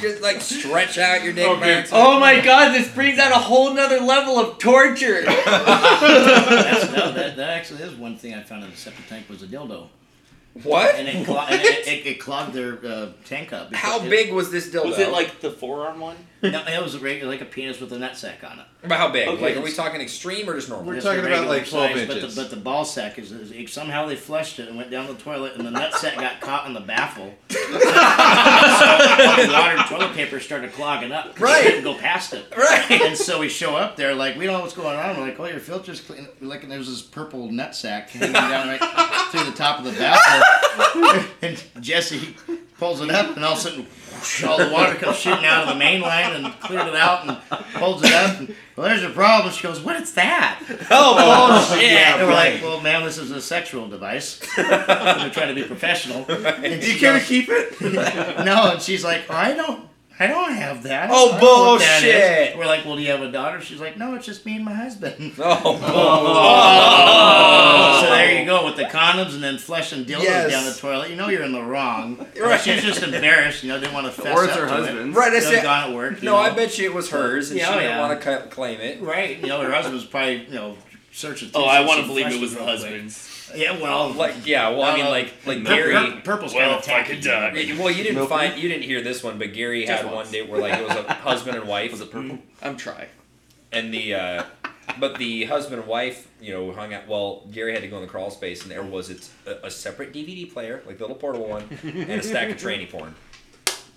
Speaker 4: You just like stretch out your dick
Speaker 5: Okay.
Speaker 4: back.
Speaker 8: Oh my god, this brings out a whole nother level of torture.
Speaker 3: That's, no, that, that actually is one thing I found in the septic tank was a dildo, and
Speaker 4: What?
Speaker 3: it, clo- and it, it, it clogged their uh, tank up. because
Speaker 4: How
Speaker 3: it-
Speaker 4: big was this dildo?
Speaker 8: Was it like the forearm one?
Speaker 3: no, it was a regular, like a penis with a nutsack on it.
Speaker 4: About how big?
Speaker 3: Okay,
Speaker 4: like, are we
Speaker 3: it's-
Speaker 4: talking extreme or just normal?
Speaker 6: We're
Speaker 3: Just
Speaker 6: talking
Speaker 3: a
Speaker 6: about,
Speaker 3: regular
Speaker 6: like, 12
Speaker 3: But
Speaker 6: inches.
Speaker 3: the, but the ball sack is, is somehow they flushed it and went down the toilet, and the nutsack got caught in the baffle. so the water and toilet paper started clogging up. 'cause
Speaker 4: Right.
Speaker 3: They didn't go past it.
Speaker 4: Right.
Speaker 3: And so we show up there, like, we don't know what's going on. We're like, oh, your filter's clean. We're Like, and there's this purple nutsack hanging down right through the top of the baffle. and Jesse he pulls it up, and all of a sudden, whoosh, all the water comes shooting out of the main line and cleared it out and holds it up. And, well, there's a problem. She goes, what is that?
Speaker 4: Oh, bullshit.
Speaker 3: Yeah, and we're like, well, ma'am, this is a sexual device. and we're trying to be professional. And she goes,
Speaker 4: keep it?
Speaker 3: no, and she's like, I don't, I don't have that.
Speaker 4: Oh,
Speaker 3: I don't know what that
Speaker 4: bullshit.
Speaker 3: is." We're like, well, do you have a daughter? She's like, no, it's just me and my husband.
Speaker 4: Oh,
Speaker 3: So there you go with the condoms and then flushing dildos
Speaker 6: Yes.
Speaker 3: down the toilet. You know you're in the wrong.
Speaker 4: Right.
Speaker 3: She's just embarrassed. You know, didn't want to fess
Speaker 7: Or it's
Speaker 3: up
Speaker 7: her
Speaker 3: to
Speaker 7: husband.
Speaker 4: right. I
Speaker 3: It. Done
Speaker 4: said,
Speaker 3: gone at work. you
Speaker 4: no, I
Speaker 3: know.
Speaker 4: bet you it was hers, and
Speaker 3: Yeah,
Speaker 4: she
Speaker 3: oh,
Speaker 4: didn't
Speaker 3: yeah.
Speaker 4: want to claim it.
Speaker 3: Right. You know, her husband's probably you know searching.
Speaker 1: Oh,
Speaker 3: through
Speaker 1: I
Speaker 3: some-
Speaker 1: want to
Speaker 3: some
Speaker 1: believe it
Speaker 3: flushes
Speaker 1: was the
Speaker 3: real quick.
Speaker 1: husband's.
Speaker 3: Yeah. Well,
Speaker 4: Like, yeah. Well, I mean,
Speaker 3: Uh,
Speaker 4: like, like
Speaker 3: pur-
Speaker 4: Gary.
Speaker 3: pur- purple's
Speaker 5: Well,
Speaker 3: kind of tacky.
Speaker 5: fucking duck.
Speaker 4: Yeah, Well, you didn't
Speaker 6: Milk
Speaker 4: find you didn't hear this one, but Gary
Speaker 8: Just
Speaker 4: had
Speaker 8: once.
Speaker 4: one date where like it was a husband and wife,
Speaker 7: Was it purple?
Speaker 8: I'm trying.
Speaker 4: and the uh, but the husband and wife you know hung out. Well, Gary had to go in the crawl space, and there was it's a, a separate DVD player, like the little portable one, and a stack of tranny porn,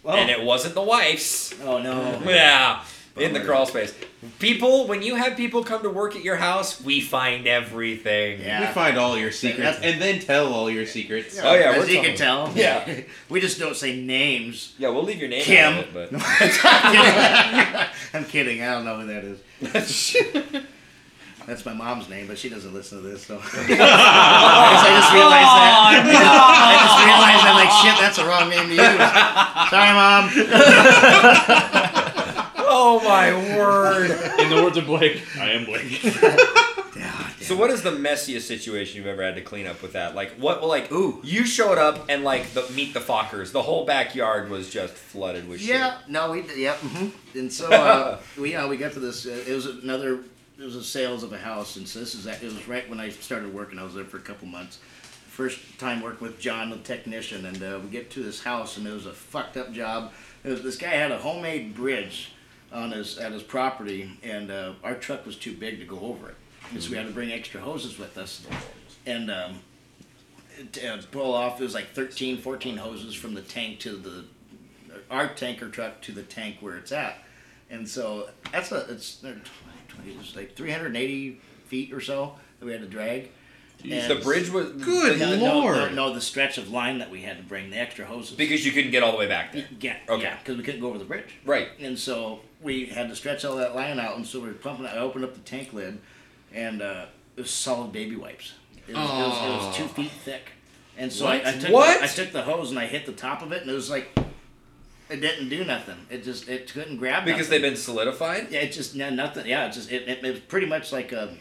Speaker 4: and it wasn't the wife's.
Speaker 3: Oh no.
Speaker 4: Yeah. In the crawl space, people. When you have people come to work at your house, we find everything.
Speaker 3: Yeah.
Speaker 6: We find all your secrets and then tell all your secrets.
Speaker 4: Oh yeah, we're
Speaker 3: As you
Speaker 4: talking-
Speaker 3: can tell.
Speaker 4: Yeah.
Speaker 3: we just don't say names.
Speaker 4: Yeah, we'll leave your name
Speaker 3: Kim.
Speaker 4: out of it, but
Speaker 3: I'm kidding. I don't know who that is. That's my mom's name, but she doesn't listen to this, so. I guess I just realized that. I just realized I'm like, shit, that's the wrong name to use. Sorry, mom.
Speaker 4: oh my word!
Speaker 5: In the words of Blake, I am Blake.
Speaker 4: So what is the messiest situation you've ever had to clean up with that? Like what? Well, like
Speaker 3: Ooh.
Speaker 4: you showed up and like the meet the Fockers. The whole backyard was just flooded with
Speaker 3: Yeah, no, we did. Yep. mhm. And so uh, we yeah we got to this. Uh, it was another. It was a sales of a house, and so this is it was right when I started working. I was there for a couple months. First time working with John, the technician, and uh, we get to this house, and it was a fucked up job. It was this guy had a homemade bridge on his at his property, and uh, our truck was too big to go over it, and so we had to bring extra hoses with us, and. Um, t- uh, pull off. It was like 13, 14 hoses from the tank to the our tanker truck to the tank where it's at, and so that's a it's they're 20, it's like 380 feet or so that we had to drag.
Speaker 4: shit.
Speaker 3: And-
Speaker 4: The bridge was
Speaker 6: Good
Speaker 3: No, no,
Speaker 6: lord.
Speaker 3: no, no, the stretch of line that we had to bring the extra hoses
Speaker 4: because you couldn't get all the way back there.
Speaker 3: yeah,
Speaker 4: Okay.
Speaker 3: because we couldn't go over the bridge.
Speaker 4: Right.
Speaker 3: And so we had to stretch all that line out, and so we were pumping. it. I opened up the tank lid, and uh, it was solid baby wipes. It was, it was, it was two feet thick, and so I, I took
Speaker 4: What?
Speaker 3: The, I took the hose and I hit the top of it, and it was like it didn't do nothing. It just it couldn't grab
Speaker 4: Because they've
Speaker 3: nothing.
Speaker 4: been solidified.
Speaker 3: yeah, it just no, nothing. Yeah, it just it, it, it was pretty much like a.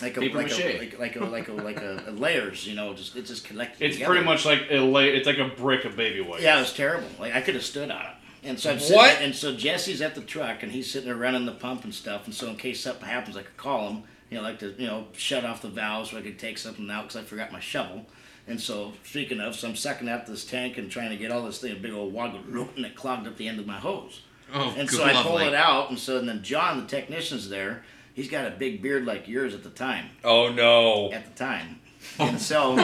Speaker 3: Like a,
Speaker 7: Paper
Speaker 3: like, a,
Speaker 7: mache.
Speaker 3: like, like a like a like a, layers, you know, just it just collected.
Speaker 5: It's
Speaker 3: together.
Speaker 5: pretty much like a la- it's like a brick of baby wipes.
Speaker 3: Yeah, it was terrible. Like I could have stood on it. And so I'm sitting
Speaker 4: What?
Speaker 3: there- and so Jesse's at the truck and he's sitting there running the pump and stuff. And so in case something happens, I could call him. You know, like to you know shut off the valve so I could take something out because I forgot my shovel. And so speaking of, so I'm sucking out this tank and trying to get all this thing a big old woggle and it clogged up the end of my hose.
Speaker 6: Oh,
Speaker 3: And
Speaker 6: good
Speaker 3: so I pull
Speaker 6: lovely.
Speaker 3: it out, and so then John, the technician's there. He's got a big beard like yours at the time
Speaker 4: Oh no!
Speaker 3: at the time. And so,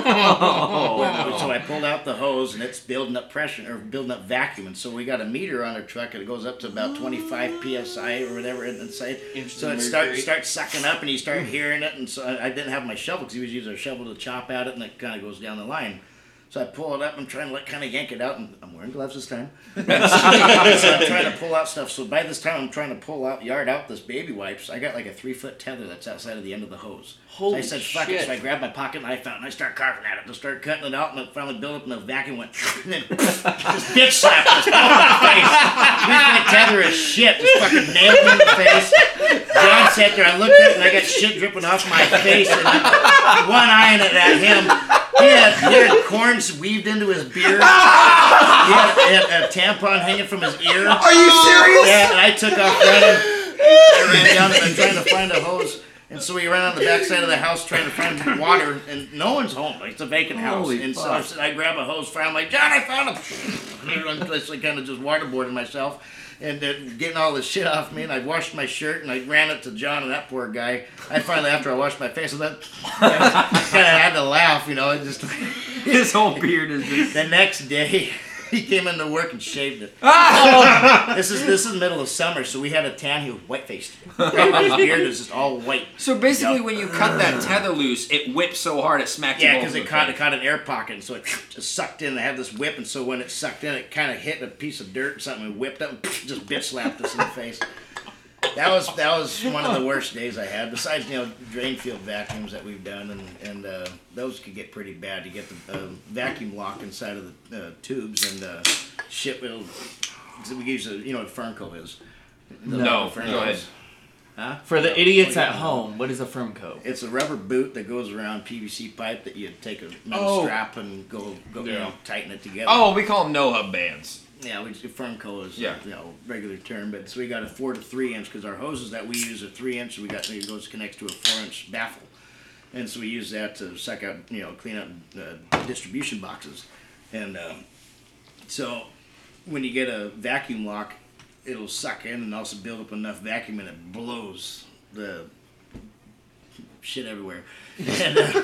Speaker 3: so I pulled out the hose and it's building up pressure or building up vacuum. And so we got a meter on our truck and it goes up to about 25 psi or whatever it- inside. So it starts starts sucking up and you start hearing it. And so I, I didn't have my shovel because he was using a shovel to chop at it and it kind of goes down the line. So I pull it up. I'm trying to like kind of yank it out, and I'm wearing gloves this time. so I'm trying to pull out stuff. So by this time, I'm trying to pull out, yard out this baby wipes. I got like a three foot tether that's outside of the end of the hose. so I
Speaker 8: Holy
Speaker 3: said, fuck it.
Speaker 8: shit.
Speaker 3: So I grabbed my pocket knife out and I start carving at it. I start cutting it out, and it finally built up, and the vacuum went, and then this bitch slapped us in the face. Three foot tether is shit. Just fucking nailed me in the face. John sat there. I looked at it, and I got shit dripping off my face, and one eyeing it at him. He had, he had corns weaved into his beard. He had, he had a tampon hanging from his ear.
Speaker 4: Are you serious?
Speaker 3: Yeah, and I took off running. I ran down and I'm trying to find a hose. And so we ran on the backside of the house trying to find water, and no one's home. Like, it's a vacant house.
Speaker 7: Holy
Speaker 3: and so
Speaker 7: fuck.
Speaker 3: I, said, I grab a hose, fire. I'm like, John, I found a. I'm just like, kind of just waterboarding myself. and uh, getting all this shit off me. And I washed my shirt and I ran up to John and that poor guy. I finally, after I washed my face, I that kind of had to laugh, you know. It just
Speaker 7: His whole beard is just.
Speaker 3: the next day. He came into work and shaved it. Oh. this is this is middle of summer, so we had a tan. He was white faced. His beard is just all white.
Speaker 4: So basically,
Speaker 3: Yeah.
Speaker 4: when you cut that tether loose, it whips so hard it smacked.
Speaker 3: Yeah,
Speaker 4: you
Speaker 3: because it caught it caught an air pocket, and so it just sucked in. They had this whip, and so when it sucked in, it kind of hit a piece of dirt or something, and whipped up, and just bitch slapped us in the face. That was that was one of the worst days I had. Besides, you know, drain field vacuums that we've done, and and uh, those could get pretty bad. You get the uh, vacuum locked inside of the uh, tubes, and uh, shit will. 'cause We use a, you know what Fernco is.
Speaker 4: No,
Speaker 3: Fernco
Speaker 4: go ahead.
Speaker 3: is-
Speaker 1: For the idiots at home, what is a firm coat?
Speaker 3: Oh, It's a rubber boot that goes around PVC pipe that you take a metal
Speaker 4: Oh.
Speaker 3: strap and go, go you know, tighten it together.
Speaker 4: Oh, we call them no hub bands.
Speaker 3: Yeah, we firm coal is
Speaker 4: Yeah.
Speaker 3: yeah. you know regular term, but so we got a four to three inch because our hoses that we use are three inch, and we got it goes connects to a four inch baffle, and so we use that to suck out you know clean out uh, distribution boxes, and um, so when you get a vacuum lock, it'll suck in and also build up enough vacuum, and it blows the shit everywhere. and, uh,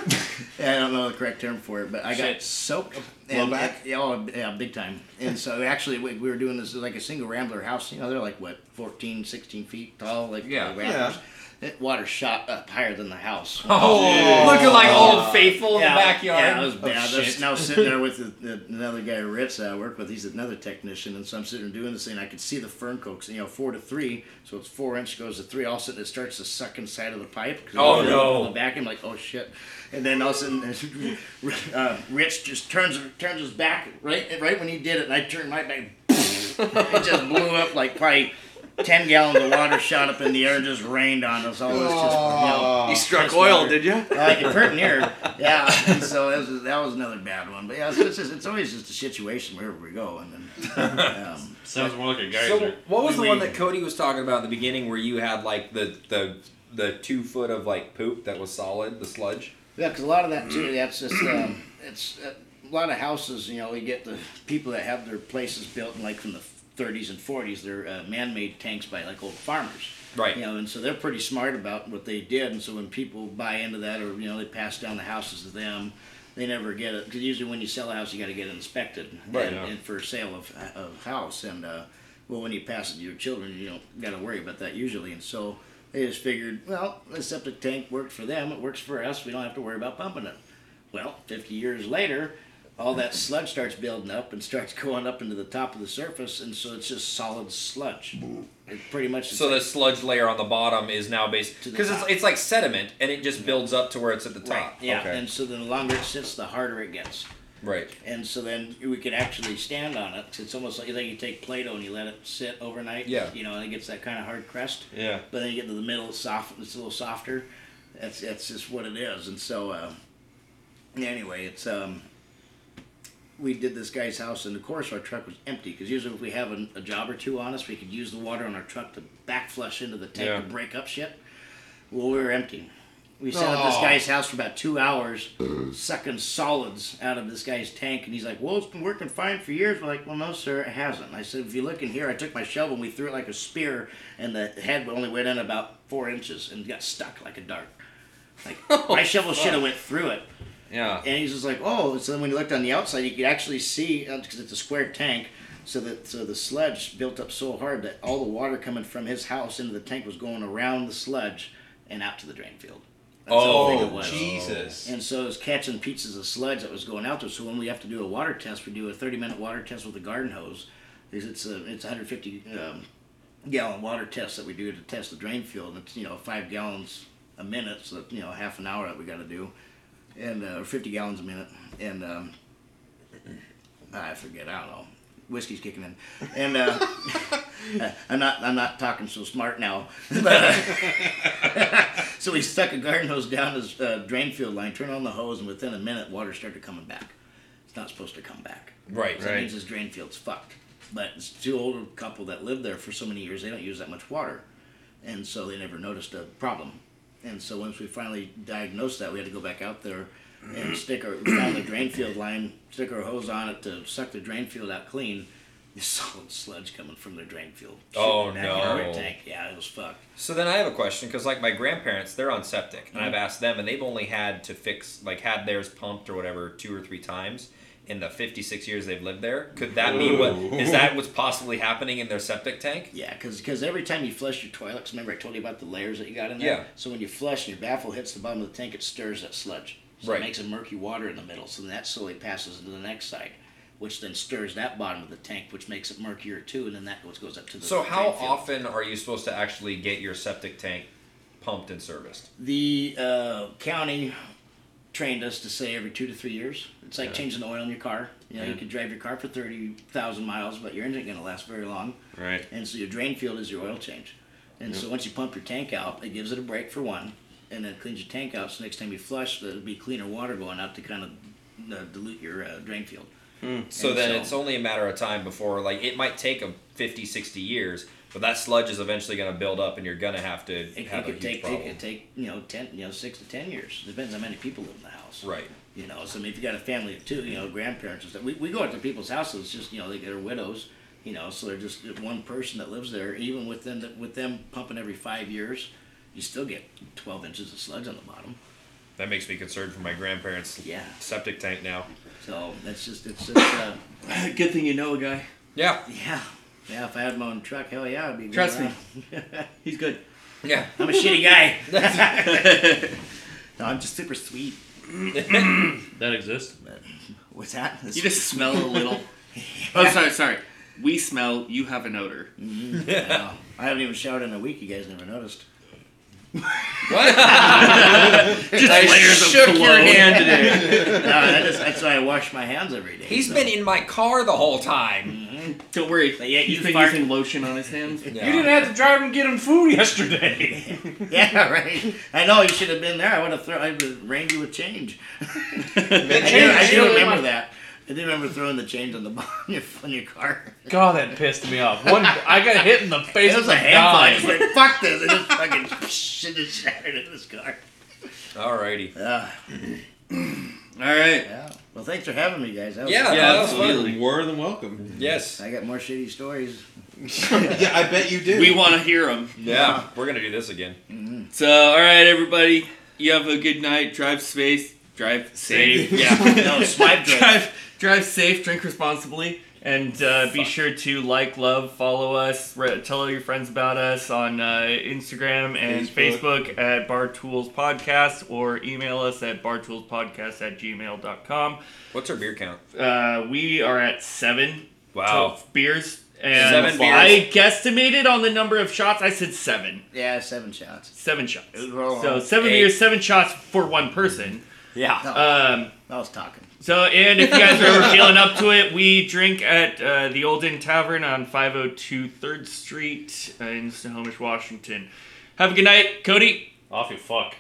Speaker 3: I don't know the correct term for it, but I got
Speaker 4: Shit.
Speaker 3: soaked.
Speaker 6: Blowback?
Speaker 3: and- yeah, oh, yeah, big time. And so actually, we, we were doing this like a single rambler house. You know, they're like what 14, 16 feet tall, like
Speaker 4: Yeah.
Speaker 3: the rafters. That water shot up higher than the house.
Speaker 4: Oh, looking like old faithful in the backyard.
Speaker 3: Yeah, it was bad. I was now sitting there with the, the, another guy, Ritz, that I work with. He's another technician, and so I'm sitting there doing this thing. I could see the fern cokes, you know, four to three, so it's four inch goes to three. All of a sudden, it starts to suck inside of the pipe. 'cause
Speaker 4: Oh,
Speaker 3: it's
Speaker 4: no.
Speaker 3: in The vacuum, like oh shit, and then all of a sudden, uh, Rich just turns turns his back right right when he did it, and I turned my back. it just blew up like probably. Ten gallons of water shot up in the air and just rained on us. All this just, you know,
Speaker 7: You struck
Speaker 3: That's oil,
Speaker 7: oil,
Speaker 3: weird.
Speaker 7: did
Speaker 3: did
Speaker 7: you?
Speaker 3: like it hurt near. Yeah, and so that was, that was another bad one. But yeah, so it's, just, it's always just a situation wherever we go, and then um,
Speaker 5: Sounds more like a geyser.
Speaker 4: So what was the
Speaker 5: We-
Speaker 4: one that Cody was talking about in the beginning, where you had like the the the two foot of like poop that was solid, the sludge?
Speaker 3: yeah, because a lot of that too. That's just um, it's uh, a lot of houses. You know, we get the people that have their places built in like from the 30s and 40s. They're uh, man-made tanks by like old farmers.
Speaker 4: Right.
Speaker 3: You know, and so they're pretty smart about what they did, and so when people buy into that, or you know, they pass down the houses to them. They never get it because usually when you sell a house, you got to get it inspected.
Speaker 4: Right,
Speaker 3: and,
Speaker 4: yeah.
Speaker 3: and for sale of, of house. And uh, well, when you pass it to your children, you don't got to worry about that usually. And so they just figured, well, the septic tank worked for them, it works for us, we don't have to worry about pumping it. Well, 50 years later, all that sludge starts building up and starts going up into the top of the surface, and so it's just solid sludge. It pretty much
Speaker 4: So the sludge layer on the bottom is now based
Speaker 3: To the
Speaker 4: because it's
Speaker 3: top.
Speaker 4: it's like sediment, and it just builds up to where it's at the top.
Speaker 3: right, yeah.
Speaker 4: Okay.
Speaker 3: And so the longer it sits, the harder it gets.
Speaker 4: right.
Speaker 3: and so then we could actually stand on it. 'cause It's almost like, like you take Play-Doh and you let it sit overnight.
Speaker 4: Yeah.
Speaker 3: You know, and it gets that kind of hard crust.
Speaker 4: Yeah.
Speaker 3: But then you get to the middle, it's soft. It's a little softer. That's that's just what it is. And so, uh, anyway, it's um, we did this guy's house, and of course our truck was empty because usually if we have a, a job or two on us, we could use the water on our truck to back flush into the tank
Speaker 4: Yeah.
Speaker 3: to break up shit. Well, we were empty. We sat at this guy's house for about two hours, sucking solids out of this guy's tank, and he's like, "Well, it's been working fine for years." We're like, "Well, no, sir, it hasn't." And I said, "If you look in here, I took my shovel and we threw it like a spear, and the head only went in about four inches and got stuck like a dart. Like my shovel should have went through it."
Speaker 4: Yeah.
Speaker 3: And he's just like, oh. So then when you looked on the outside, you could actually see because it's a square tank. So that so the sludge built up so hard that all the water coming from his house into the tank was going around the sludge and out to the drain field. That's how big it
Speaker 6: Oh
Speaker 3: was.
Speaker 6: Jesus!
Speaker 3: And so it was catching pieces of sludge that was going out there. So when we have to do a water test, we do a 30 minute water test with a garden hose. It's it's a it's 150 um, gallon water test that we do to test the drain field. And it's you know five gallons a minute, so you know half an hour that we got to do, and uh, 50 gallons a minute. And um, I forget. I don't know. Whiskey's kicking in, and uh, I'm not. I'm not talking so smart now. But, uh, so we stuck a garden hose down his uh, drain field line, turned on the hose, and within a minute, water started coming back. It's not supposed to come back.
Speaker 4: Right.
Speaker 3: So That means his drain field's fucked. But it's two older couple that lived there for so many years, they don't use that much water, and so they never noticed a problem. And so once we finally diagnosed that, we had to go back out there
Speaker 4: Mm-hmm.
Speaker 3: and stick our we found the drain field line, stick our hose on it to suck the drain field out clean, You solid sludge coming from their drain field.
Speaker 4: Oh,
Speaker 3: Shooting back in our
Speaker 4: no.
Speaker 3: Tank. Yeah, it was fucked.
Speaker 4: So then I have a question because like my grandparents, they're on septic, and
Speaker 3: Mm-hmm.
Speaker 4: I've asked them, and they've only had to fix like had theirs pumped or whatever two or three times in the 56 years they've lived there. Could that be what is that what's possibly happening in their septic tank?
Speaker 3: Yeah, because every time you flush your toilet, 'cause remember I told you about the layers that you got in there?
Speaker 4: Yeah.
Speaker 3: So when you flush and your baffle hits the bottom of the tank, it stirs that sludge. So
Speaker 4: Right.
Speaker 3: it makes a murky water in the middle. So that slowly passes into the next side, which then stirs that bottom of the tank, which makes it murkier too, and then that goes- goes up to the
Speaker 4: So how
Speaker 3: drain field.
Speaker 4: often are you supposed to actually get your septic tank pumped and serviced?
Speaker 3: The uh, county trained us to say every two to three years. It's like changing the oil in your car. You know, you could drive your car for 30,000 miles, but your engine ain't going to last very long.
Speaker 5: Right.
Speaker 3: And so your drain field is your oil change. And so once you pump your tank out, it gives it a break for one, and then cleans your tank out. So next time you flush, there'll be cleaner water going out to kind of uh, dilute your uh, drain field.
Speaker 4: Hmm. So
Speaker 3: And
Speaker 4: then
Speaker 3: so-
Speaker 4: it's only a matter of time before like it might take them 50, 60 years, but that sludge is eventually going to build up, and you're going to have to
Speaker 3: It, it
Speaker 4: have a
Speaker 3: could
Speaker 4: huge
Speaker 3: take
Speaker 4: problem.
Speaker 3: it could take you know ten you know six to ten years. Depends how many people live in the house.
Speaker 4: Right.
Speaker 3: You know, so I mean, if you got a family of two, you know, grandparents and stuff, we, we go out to people's houses. Just you know, they, they're widows. You know, so they're just one person that lives there. Even with them with them pumping every five years, you still get twelve inches of sludge on the bottom.
Speaker 4: That makes me concerned for my grandparents'
Speaker 3: Yeah.
Speaker 4: septic tank now.
Speaker 3: So that's just it's just uh,
Speaker 1: Good thing you know a guy.
Speaker 4: Yeah,
Speaker 3: yeah. Yeah, if I had my own truck, hell yeah, I'd be. going
Speaker 1: Trust me.
Speaker 3: around.
Speaker 1: He's good.
Speaker 4: yeah.
Speaker 3: I'm a shitty guy. no, I'm just super sweet.
Speaker 5: That exists.
Speaker 3: What's that?
Speaker 1: You just smell a little. Oh, sorry, sorry. We smell. You have an odor.
Speaker 3: No, I haven't even showered in a week. You guys never noticed.
Speaker 1: Just layers of
Speaker 4: shook your
Speaker 1: cologne.
Speaker 3: No, that is, that's why I wash my hands every day.
Speaker 4: He's
Speaker 3: so.
Speaker 4: been in my car the whole time.
Speaker 1: Don't worry.
Speaker 3: But yeah,
Speaker 1: He's
Speaker 3: you
Speaker 1: been
Speaker 3: fart-
Speaker 1: using lotion on his hands.
Speaker 4: Yeah.
Speaker 5: You didn't have to drive and get him food yesterday.
Speaker 3: Yeah, right. I know you should have been there. I would have thrown. I would have rained you with change. I do,
Speaker 5: change
Speaker 3: I
Speaker 5: is
Speaker 3: do
Speaker 5: really
Speaker 3: remember
Speaker 5: my-
Speaker 3: that. I do remember throwing the change on the bottom of your, on your car.
Speaker 5: God, that pissed me off. One, I got hit in the face.
Speaker 3: It was
Speaker 5: with
Speaker 3: a
Speaker 5: a
Speaker 3: handful. I
Speaker 5: dime.
Speaker 3: just went, fuck this. I just fucking shit just shattered in this car.
Speaker 4: Alrighty.
Speaker 3: Uh,
Speaker 1: All right.
Speaker 3: yeah. Well, thanks for having me, guys. That was
Speaker 4: Yeah,
Speaker 1: Yeah,
Speaker 4: that was fun.
Speaker 1: absolutely.
Speaker 6: More than welcome.
Speaker 4: Yes.
Speaker 3: I got more shitty stories.
Speaker 6: yeah, I bet you do.
Speaker 1: We want to hear him.
Speaker 4: Yeah, we're gonna do this again.
Speaker 1: So, all right, everybody. You have a good night. Drive space. Drive safe. Yeah.
Speaker 3: No, swipe drive.
Speaker 1: drive drive safe drink responsibly and uh, be sure to like love follow us re- tell all your friends about us on uh, instagram and facebook. at bar tools podcast or email us at bartoolspodcast at gmail.com
Speaker 4: What's our beer count?
Speaker 1: uh, we are at seven
Speaker 4: Wow.
Speaker 1: to- beers and
Speaker 4: Seven beers.
Speaker 1: i guesstimated on the number of shots i said seven
Speaker 3: Yeah, seven shots.
Speaker 1: seven shots
Speaker 3: Well,
Speaker 1: so seven
Speaker 4: eight.
Speaker 1: beers seven shots for one person
Speaker 4: Yeah.
Speaker 1: um,
Speaker 3: I was talking.
Speaker 1: So, and if you guys are ever feeling up to it, we drink at uh, the Old Inn Tavern on 502 3rd Street in Snohomish, Washington. Have a good night, Cody.
Speaker 5: Off you fuck.